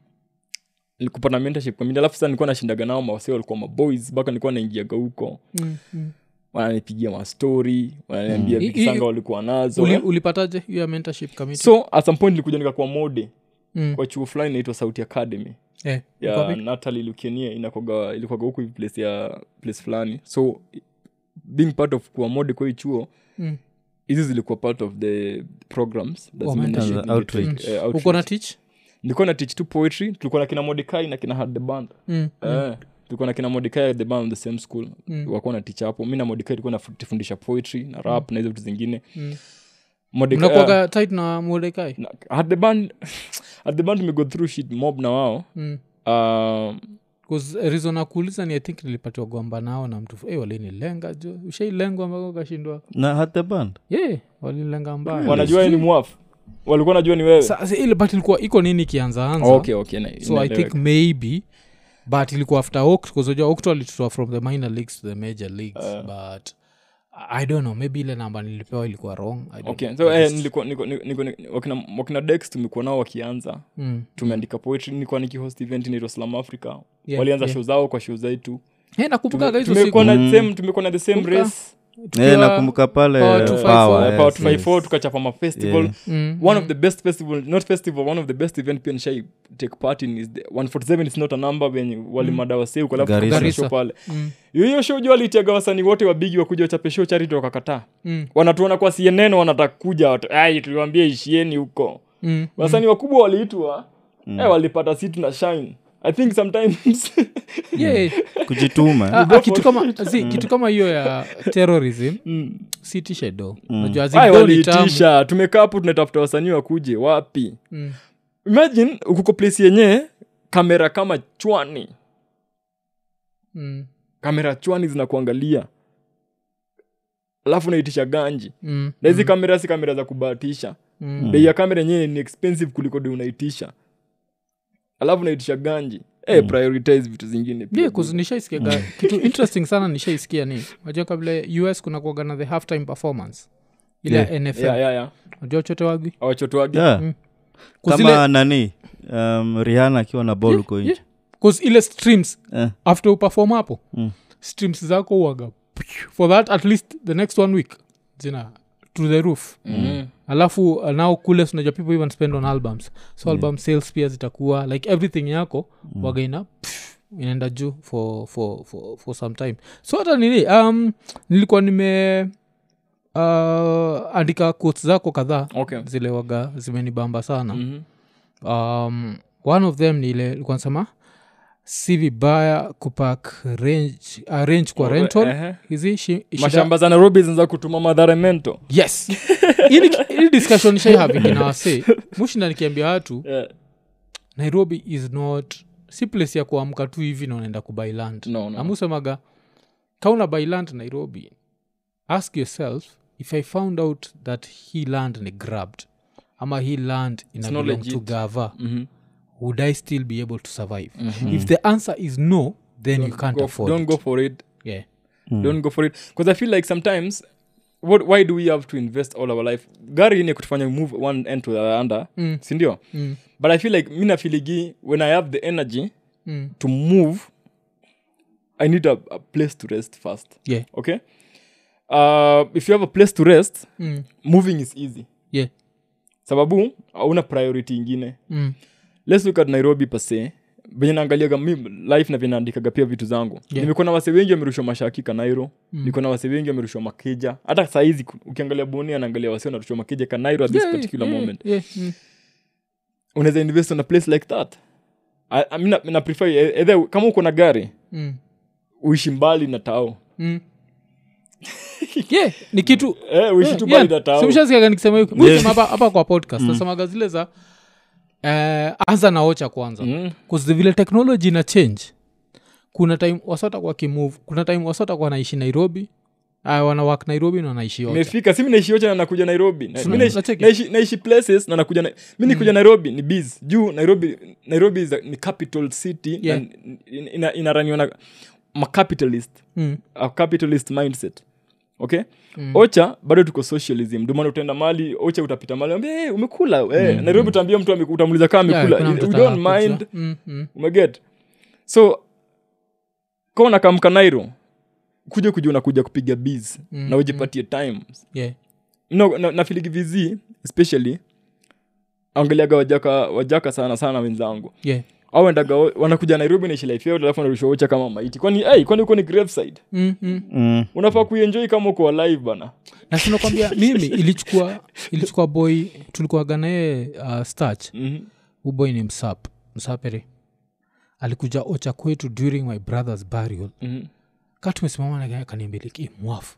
B: nikupata mentorship committee alafu sasa nilikuwa nashindaga nao mawasi walikuwa maboys mpaka nilikuwa naingiaga huko
A: Mm, mm.
B: wananipigia mastori wananiambia
A: Mm.
B: mm.
A: I- i-
B: vikisanga walikuwa nazo
A: Uli-
B: eh.
A: ulipataje hiyo ya mentorship committee
B: so at some point nilikuja nikakuwa mode
A: Mm.
B: kwa chuo fulani inaitwa sauti academy
A: Eh, uko
B: ya
A: wapi?
B: natali lukenia inakoga ilikuwaga huku hivi place ya place fulani so being part of kuwa mode kwa hii chuo
A: Mm.
B: hizi zilikuwa part of the programs that
A: Oh,
B: zimeenda
D: mentorship.
B: shule.
D: Outreach.
B: Eh, outreach.
A: Mm. uko na teach
B: nilikuwa na teach tu poetry tulikuwa na kina modekai na kina had the band
A: Mm,
B: Eh, tulikuwa na kina modekai at the band the same school
A: Mm.
B: wakuwa na teach hapo mi na modekai tulikuwa nafundisha poetry na rap na hizo vitu zingine eh,
A: Mm.
B: Mordecai-
A: mnakuaga tight na modekai
B: [LAUGHS] na- at the band at the band we go through shit mob na wao
A: Mm.
B: uh, um,
A: 'Cause eh, reason akuuliza ni i think nilipatiwa gomba nao na mtu hey, walinilenga jo ushailengwa mpaka ukashindwa
D: na had the band
A: ye yeah, walinilenga mbaya
B: wanajua yeye ni mwafu walikuwa najua ni wewe
A: Sa- sa- ile but ilikuwa iko nini ikianzaanza
B: Oh, okay, okay, na,
A: so i think
B: inaeleweka.
A: maybe but ilikuwa after okt kuzojua okt alitutoa from the minor leagues to the major leagues
B: Ah.
A: but i don't know maybe ile namba nilipewa ilikuwa wrong I don't
B: okay
A: know.
B: so
A: I
B: eh,
A: just-
B: nilikuwa niko- niko- niko- wakina, wakina dex tumekuwa nao wakianza
A: Mm.
B: tumeandika poetry nilikuwa nikihost event inaitwa slam africa
A: Yeah,
B: walianza
A: yeah.
B: show zao kwa show zetu
A: Eh, nakumbuka
B: Tume-
A: hizo
B: tumekuwa
A: siku
B: na
D: Mm.
B: same- tumekuwa na the same
A: Kumbuka.
B: race
A: Tukiwa-
D: Eh, nakumbuka pale
A: Power
D: eh,
A: 254,
D: Power,
B: Eh,
D: yes,
B: Power 254
D: yes.
B: tukachapa mafestival
D: Yeah.
A: Mm,
B: one of the best festival not festival one of the best event pia nishai take part in is the 147 is not a number venye
A: Mm.
B: walimadawaseu
D: Garissa.
A: Garissa.
B: pale
A: mm,
B: hiyo show jua alitiaga wasanii wote wabigi wakuja wachape show charity wakakataa
A: mm,
B: wanatuona kwa cnn wanataka kuja watu- ai tuliwambia ishieni huko
A: mm,
B: wasanii wakubwa waliitwa
D: Mm.
B: eh, walipata sit na shine i think sometimes [LAUGHS]
A: mm. Yeah, yeah.
D: kujituma
A: Ah, ah, kitu kama zi,
B: Mm.
A: kitu kama hiyo ya terrorism si tishedo najua
B: Ai,
A: zido Mm. ni tamu
B: Mm. waliitisha tumekaa hapo tunatafuta wasanii wakuje wapi
A: Mm.
B: imagine ukuko place yenye kamera kama chwani
A: Mm,
B: kamera chwani zinakuangalia alafu unaitisha ganji
A: mm,
B: na hizi kamera si kamera za kubahatisha
A: mm,
B: bei ya kamera yenyewe ni expensive kuliko de unaitisha alafu unaitisha ganji
A: Mm.
B: Eh, prioritize vitu zingine pia.
A: yeah, 'cause
D: Mm.
A: nishaisikiaga kitu interesting sana nishaisikia ni najua kabla us kuna kuaga na the halftime performance ile
D: Yeah.
A: ya nfl
B: Yeah, yeah, yeah.
A: najua chote wagwi
B: Awachotwagi.
D: Yeah.
A: Mm. 'Cause
D: kama nani um, rihana akiwa na bol huko
A: ile,
D: nje
A: yeah, 'cause ile streams
D: Eh,
A: after upefom hapo
D: Mm.
A: streams zako uaga for that at least the next one week zina to the roof
B: Mhm.
A: alafu uh, nao kule sinajua people even spend on albums so album sales pia zitakuwa like everything yako mm. wagaina inaenda juu for, for, for, for some time so hata nini um, nilikuwa nime uh, andika quotes zako kadhaa
B: Okay.
A: zile waga zimenibamba sana
B: Mhm.
A: um, one of them ni ile ilikuwa nasema si vibaya kupak range, uh, range kwa rental
B: Ehe.
A: hizi shi, shida-
B: Oh, eh. mashamba za nairobi zinaza kutuma madhara mento [LAUGHS]
A: yes Hii ni- hii discussion shaihavingi na wase mushinda nikiambia watu
B: Eh,
A: nairobi is not si place ya kuamka tu hivi na unaenda kubuy land
B: No, no.
A: amusemaga kauna buy land nairobi ask yourself if i found out that he land ni grabbed ama he land
B: not
A: inabelong to
B: legit.
A: gava
B: mhm.
A: would i still be able to survive if the answer is no then you can't
B: Go-
A: afford
B: Mm-hmm. don't
A: it. Mm.
B: go for it
A: yeah.
B: don't go for it because i feel like sometimes what, why do we have to invest all our life gari ni kutufanya move one end to the other
A: Mm.
B: sindio
A: Mm,
B: but i feel like mi nafiligi when i have the energy
A: mm,
B: to move i need a, a place to rest first
A: yeah,
B: okay uh, if you have a place to rest
A: mm,
B: moving is easy
A: yeah,
B: sababu hauna priority ingine
A: mm,
B: let's look at nairobi pase venye naangaliaga mi life na venye naandikaga pia vitu zangu
A: Yeah.
B: nimekuwa na wase wengi wamerushwa mashaki kanairo
A: Mm.
B: niko na wase wengi wamerushwa makeja hata sahizi ku- ukiangalia boni anaangalia wase wanarushwa makeja kanairo at this
A: yeah,
B: particular
A: yeah,
B: moment
A: yeah, mm,
B: unaweza invest on a place like that I, I mean, na, na prefer, e- either, kama uko na gari
A: mm.
B: uishi mbali na tao [LAUGHS]
A: Mm. yeah ni kitu
B: eh, uishi tu mbali na tao
A: simshasikiaga nikisema hiyo. Mi husema hapa hapa kwa podcast
B: Mm.
A: nasemaga zile za eh, anza na ocha kwanza
B: Mm.
A: mm. vile teknoloji ina change kuna time wasota kwa kimove kuna time wasota kwa wanaishi nairobi uh, wanawak nairobi na wanaishi ocha
B: imefika si mi naishi ocha na nakuja nairobi Na-
A: Sina-
B: mi naishi-
A: nacheki.
B: naishi- naishi places na nakuja na,
A: Mm.
B: mi nikuja nairobi ni bs juu nairobi nairobi is a, ni capital city
A: Yeah.
B: na in- ina- inaraniwa na macapitalist
A: mm.
B: a capitalist mindset okay ocha bado tuko socialism ndio maana utaenda mali ocha utapita mali ambia hey, umekula eh, nairobi utaambia mtu ame- utamuuliza kama
A: Mm. Yeah, kuna
B: amekula yeah,
A: mtu
B: we don't
A: atakuja.
B: mind
A: mm, mm,
B: umeget so ka unakamka nairo kuja kuja unakuja kupiga bs
A: Mm,
B: na ujipatie time
A: yeah.
B: no, na, na filigi vizi especially angaliaga wajaka wajaka sana sana wenzangu
A: Yeah.
B: au endaga wa- wanakuja nairobi naishi life yao alafu narushwa ucha kama maiti kwani hey, kwani uko ni graveside
A: Mm, mm.
D: Mm.
B: unafaa kuenjoy kama uko alive bana
A: na sinakwambia
B: [LAUGHS]
A: mimi ilichukua ilichukua boy tulikuaga naye uh, starch
B: Mhm.
A: uboy ni msap msapere alikuja ocha kwetu during my brother's burial
B: Mhm.
A: ka tumesimama nakaniambilikie mwafu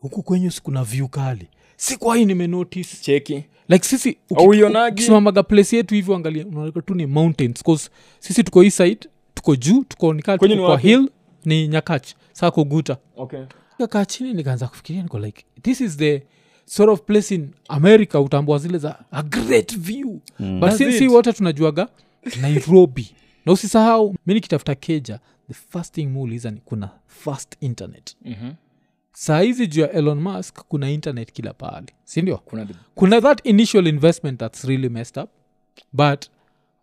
A: huku kwenyu sikuna vyu kali sikwai nimenotice
B: cheki
A: like sisi uki-
B: Hauionagi?
A: ukisimamaga place yetu hivyo angalia unaona tu ni mountains 'cause sisi tuko hii side tuko juu tuko nikaa
B: Kwenyu ni
A: tuko kwa
B: wapi?
A: hill ni nyakach saa koguta
B: okay.
A: kakaa chini nikaanza kufikiria niko like this is the sort of place in america utambua zile za a great view mm. but
B: That's
A: sinsi
B: it.
A: wote tunajuaga nairobi na usisahau mi nikitafuta keja the first thing muuliza ni kuna fast internet
B: mm-hmm.
A: saa hizi juu ya elon musk kuna internet kila pahali sindio
B: kuna the-
A: kuna that initial investment thats really messed up but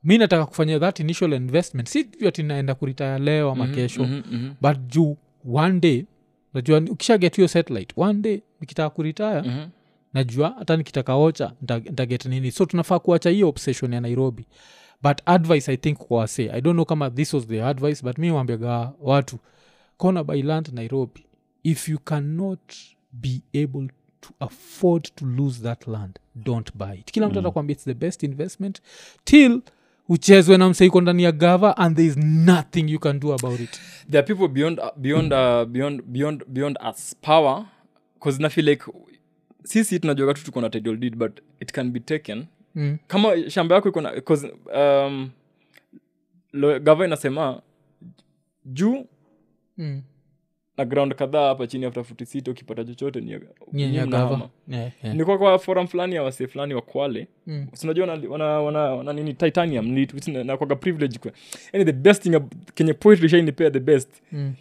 A: mi nataka kufanya that initial investment si juu ati naenda kuritaya leo ama kesho
B: Mhm, mhm,
A: but juu one day najua ni- ukishaget hiyo satellite one day nikitaka kuritaya
B: mhm.
A: najua hata nikitaka ocha ntaget nini so tunafaa kuacha hiyo obsession ya nairobi but advice i think kwa wase i don't know kama this was the advice but mi wambiaga watu kona by land nairobi if you cannot be able to afford to lose that land don't buy it kila mtu atakwambia its the best investment till uchezwe na mseiko ndani ya gava and there is nothing you can do about it
B: there are people beyond beyond uh, beyond beyond beyond us power because nafeel like sisi tunajuaga tu tuko na title deed but it can be taken
A: Mm.
B: kama shamba yako iko na 'cause, um, lo- gava inasema juu
A: Mm.
B: na ground kadhaa hapa chini after futi sita ukipata chochote ni ya-
A: Ni- ni
B: ni
A: ya
B: mnahama.
A: gava. Yeah, yeah.
B: nilikuwa kwa forum fulani ya wasee fulani wa kwale
A: Mm.
B: sinajua wana, wana, wana, wana nini titanium ni kitu na- nakwaga privilege kwa yani the best thing ab- kenye poetry shainipea the best
A: Mm.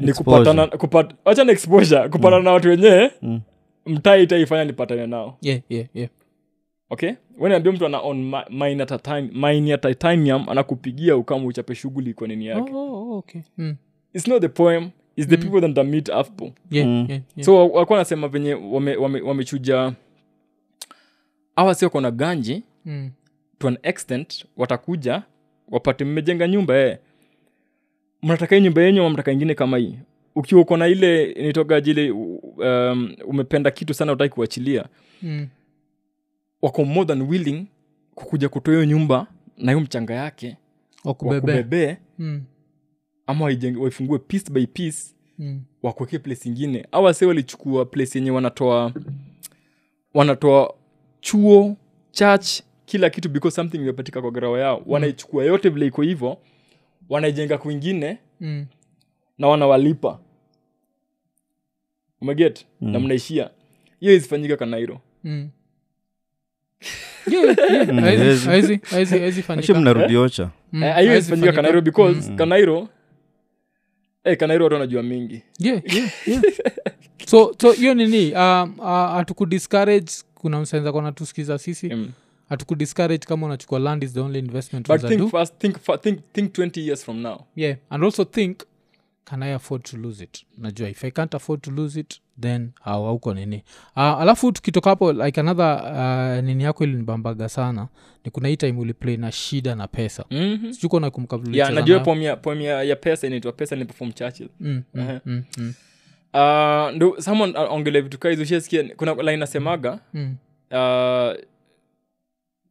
B: ni
D: Exposure.
B: kupatana kupata wacha na exposure kupatana na watu wenyewe
D: Mm.
B: mtaa itaifanya nipatane nao
A: Yeah, yeah, yeah.
B: okay weniambia mtu ana on mi- mine ya titan- mine ya titanium anakupigia ukama uchape shughuli kwa nini yake
A: Oh, oh, oh, okay. Mm.
B: its not the poem its the people that meet afpo
A: Yeah,
D: Mm.
A: yeah, yeah.
B: so walikuwa wanasema venye wamechuja wame, wamechuja- hawa si wako na ganji
A: Mm.
B: to an extent watakuja wapate mmejenga nyumba eh. mnataka hii nyumba yenyu ama mnataka ingine kama hii ukiwa uko na ile nitogaji ile u- um, umependa kitu sana utaki kuachilia
A: Mm.
B: wako more than willing kukuja kutoa hiyo nyumba na hiyo mchanga yake
A: wakubebe
B: wakubebee
A: Mm,
B: ama waijenge- waifungue piece by piece
A: mm,
B: wakuwekee place ingine au wase walichukua place yenye wanatoa wanatoa chuo church kila kitu because something imepatika kwa garawa
A: Mm.
B: yao wanaichukua yote vile iko hivyo wanaijenga kwingine
A: mm.
B: na wanawalipa umeget mm. na mnaishia hiyo izifanyika kanairo
A: Mm. Yeah, yeah,
D: Mm,
A: haizi-
D: haizi.
A: haizi- haizi- haizi fanyika.
D: Actually, mnarudi ocha
A: Mm,
B: hiyo
A: haizi
B: izifanyika
A: fanyika.
B: Eh, kanairo because
A: Mm.
B: kanairo eh, kanairo watu wanajua mingi
A: Yeah, yeah, yeah. so so hiyo nini um, uh, hatukudiscourage kuna msenza kona tusikiza sisi
B: mm.
A: hatukudiscourage kama unachukua land is the only investment
B: but
A: unaweza
B: think
A: do.
B: fast think, fa- think, think 20 years from now
A: yeah and also think can i afford to lose it najua if i can't afford to lose it then au- auko nini uh, alafu tukitoka hapo like another uh, nini yako ilinibambaga sana ni kuna hii time uliplay na shida na pesa
B: mm-hmm.
A: sichuko nakumbuka vile
B: yeah,
A: ulicheza
B: najua
A: nayo.
B: poem ya, poem ya, ya pesa inaitwa pesa niliperform churchill
A: Mm, mm,
B: Ehe.
A: mm, mm,
B: Uh, ndo someone aongele vitu kaizo ushasikia kuna line nasemaga
A: mm,
B: uh,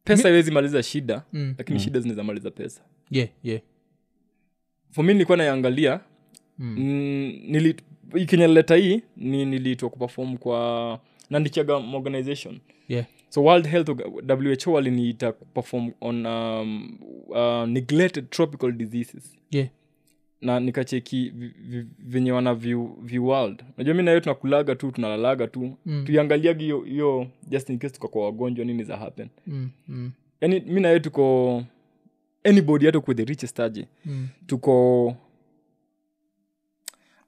B: pesa iwezi maliza shida
A: mm.
B: lakini shida zinaweza maliza pesa
A: yeah yeah
B: for mi nilikuwa naiangalia
A: Mm.
B: mm, nili kenye leta hii ni niliitwa kuperform kwa nandichaga organization
A: yeah
B: so world health Orga- who waliniita kuperform on um, uh, neglected tropical diseases
A: yeah
B: na nikacheki vi- vi- venye wana view, view world najua mi nayo tunakulaga tu tunalalaga tu
A: Mm.
B: mm. tuiangaliagi hiyo- hiyo just in case tuko kwa wagonjwa nini za happen
A: mm, mm,
B: yani mi nayo tuko anybody hata uko the richest aje
A: mm.
B: tuko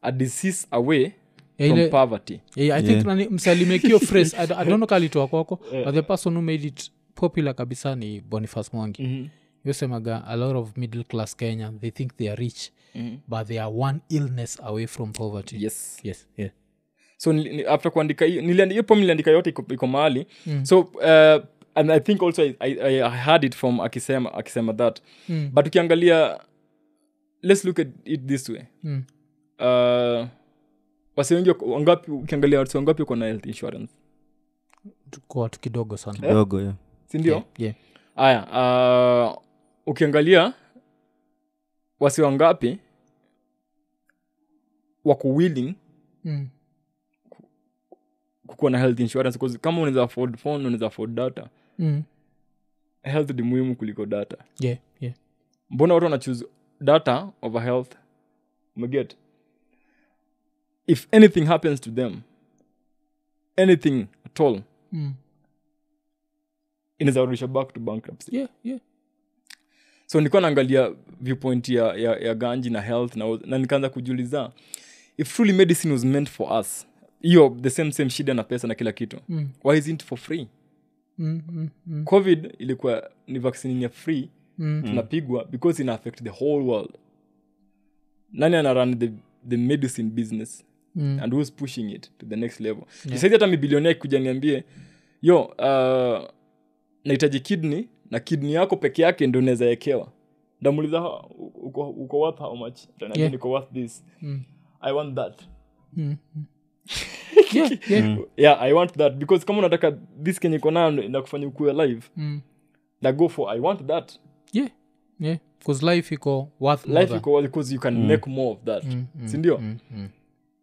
B: a disease away
A: Ya
B: from
A: Eh, ile-
B: poverty
A: yeah, i think
D: Yeah.
A: nani msalimekio
B: [LAUGHS]
A: phrase I don't- I don't know kalitoa kwako but the person who made it popular kabisa ni boniface mwangi
B: mm-hmm.
A: yosemaga a lot of middle class kenya they think they are rich
B: mm-hmm.
A: but they are one illness away from poverty
B: yes
A: yes yeah
B: so nili- ni- after kuandika hiyo niliandi- hiyo poem niliandika yote iko, iko mahali
A: Mm.
B: so uh, and i think also I, I, i had it from akisema akisema that
A: Mm.
B: but ukiangalia let's look at it this way
A: Mm.
B: uh, wasi wengi wako- wangapi ukiangalia wasi wangapi wako na health insurance
A: tuko watu kidogo
B: Eh,
A: sana
D: kidogo yeah.
B: sindio
A: yeah
B: haya uh, ukiangalia wasi Hmm, wangapi wako willing
A: mm.
B: kukuwa na health insurance 'cause kama unaweza afford phone unaweza afford data
A: mm.
B: health ni muhimu kuliko data
A: yeah, yeah.
B: mbona watu wanachuse data over health umeget if anything happens to them anything at all
A: Mm.
B: inazaurudisha back to bankruptcy
A: yeah, yeah.
B: so nilikuwa naangalia viewpoint ya, ya, ya ganji na health na, na nikaanza kujiuliza if truly medicine was meant for us hiyo the same same shida na pesa na kila kitu
A: Mm.
B: why isn't it for free
A: Mm, mm, mm,
B: covid ilikuwa ni vaccine ya free
A: mm.
B: tunapigwa because ina affect the whole world nani ana run the, the medicine business
A: Mm.
B: and who's pushing it to the next level yeah. hata mibilionia kuja niambie yo uh, nahitaji kidney na kidney yako peke yake ndo naweza ekewa ndamuliza "Ha, uko, uko worth how much Ataniambia,
A: Yeah.
B: niko worth this
A: Mm.
B: i want that
A: Mm.
B: [LAUGHS]
A: Mm. yeah, yeah.
B: yeah i want that because kama unataka this kenye iko nayo ndo inakufanya ukue alive
A: Mm.
B: na go for i want that
A: yeah yeah because life iko worth more
B: life
A: than-
B: iko worth because you can make more of that
A: Mm, mm,
B: sindio
A: mm, mm,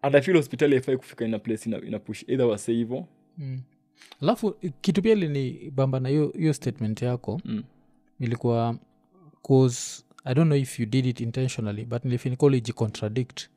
B: and i feel hospitali haifai kufika ina place ina, ina push either wase hivo
A: mm. alafu kitu pia lini bamba na hiyo hiyo statement yako
B: Mm.
A: ilikuwa cause i don't know if you did it intentionally but nilifinikoli jicontradict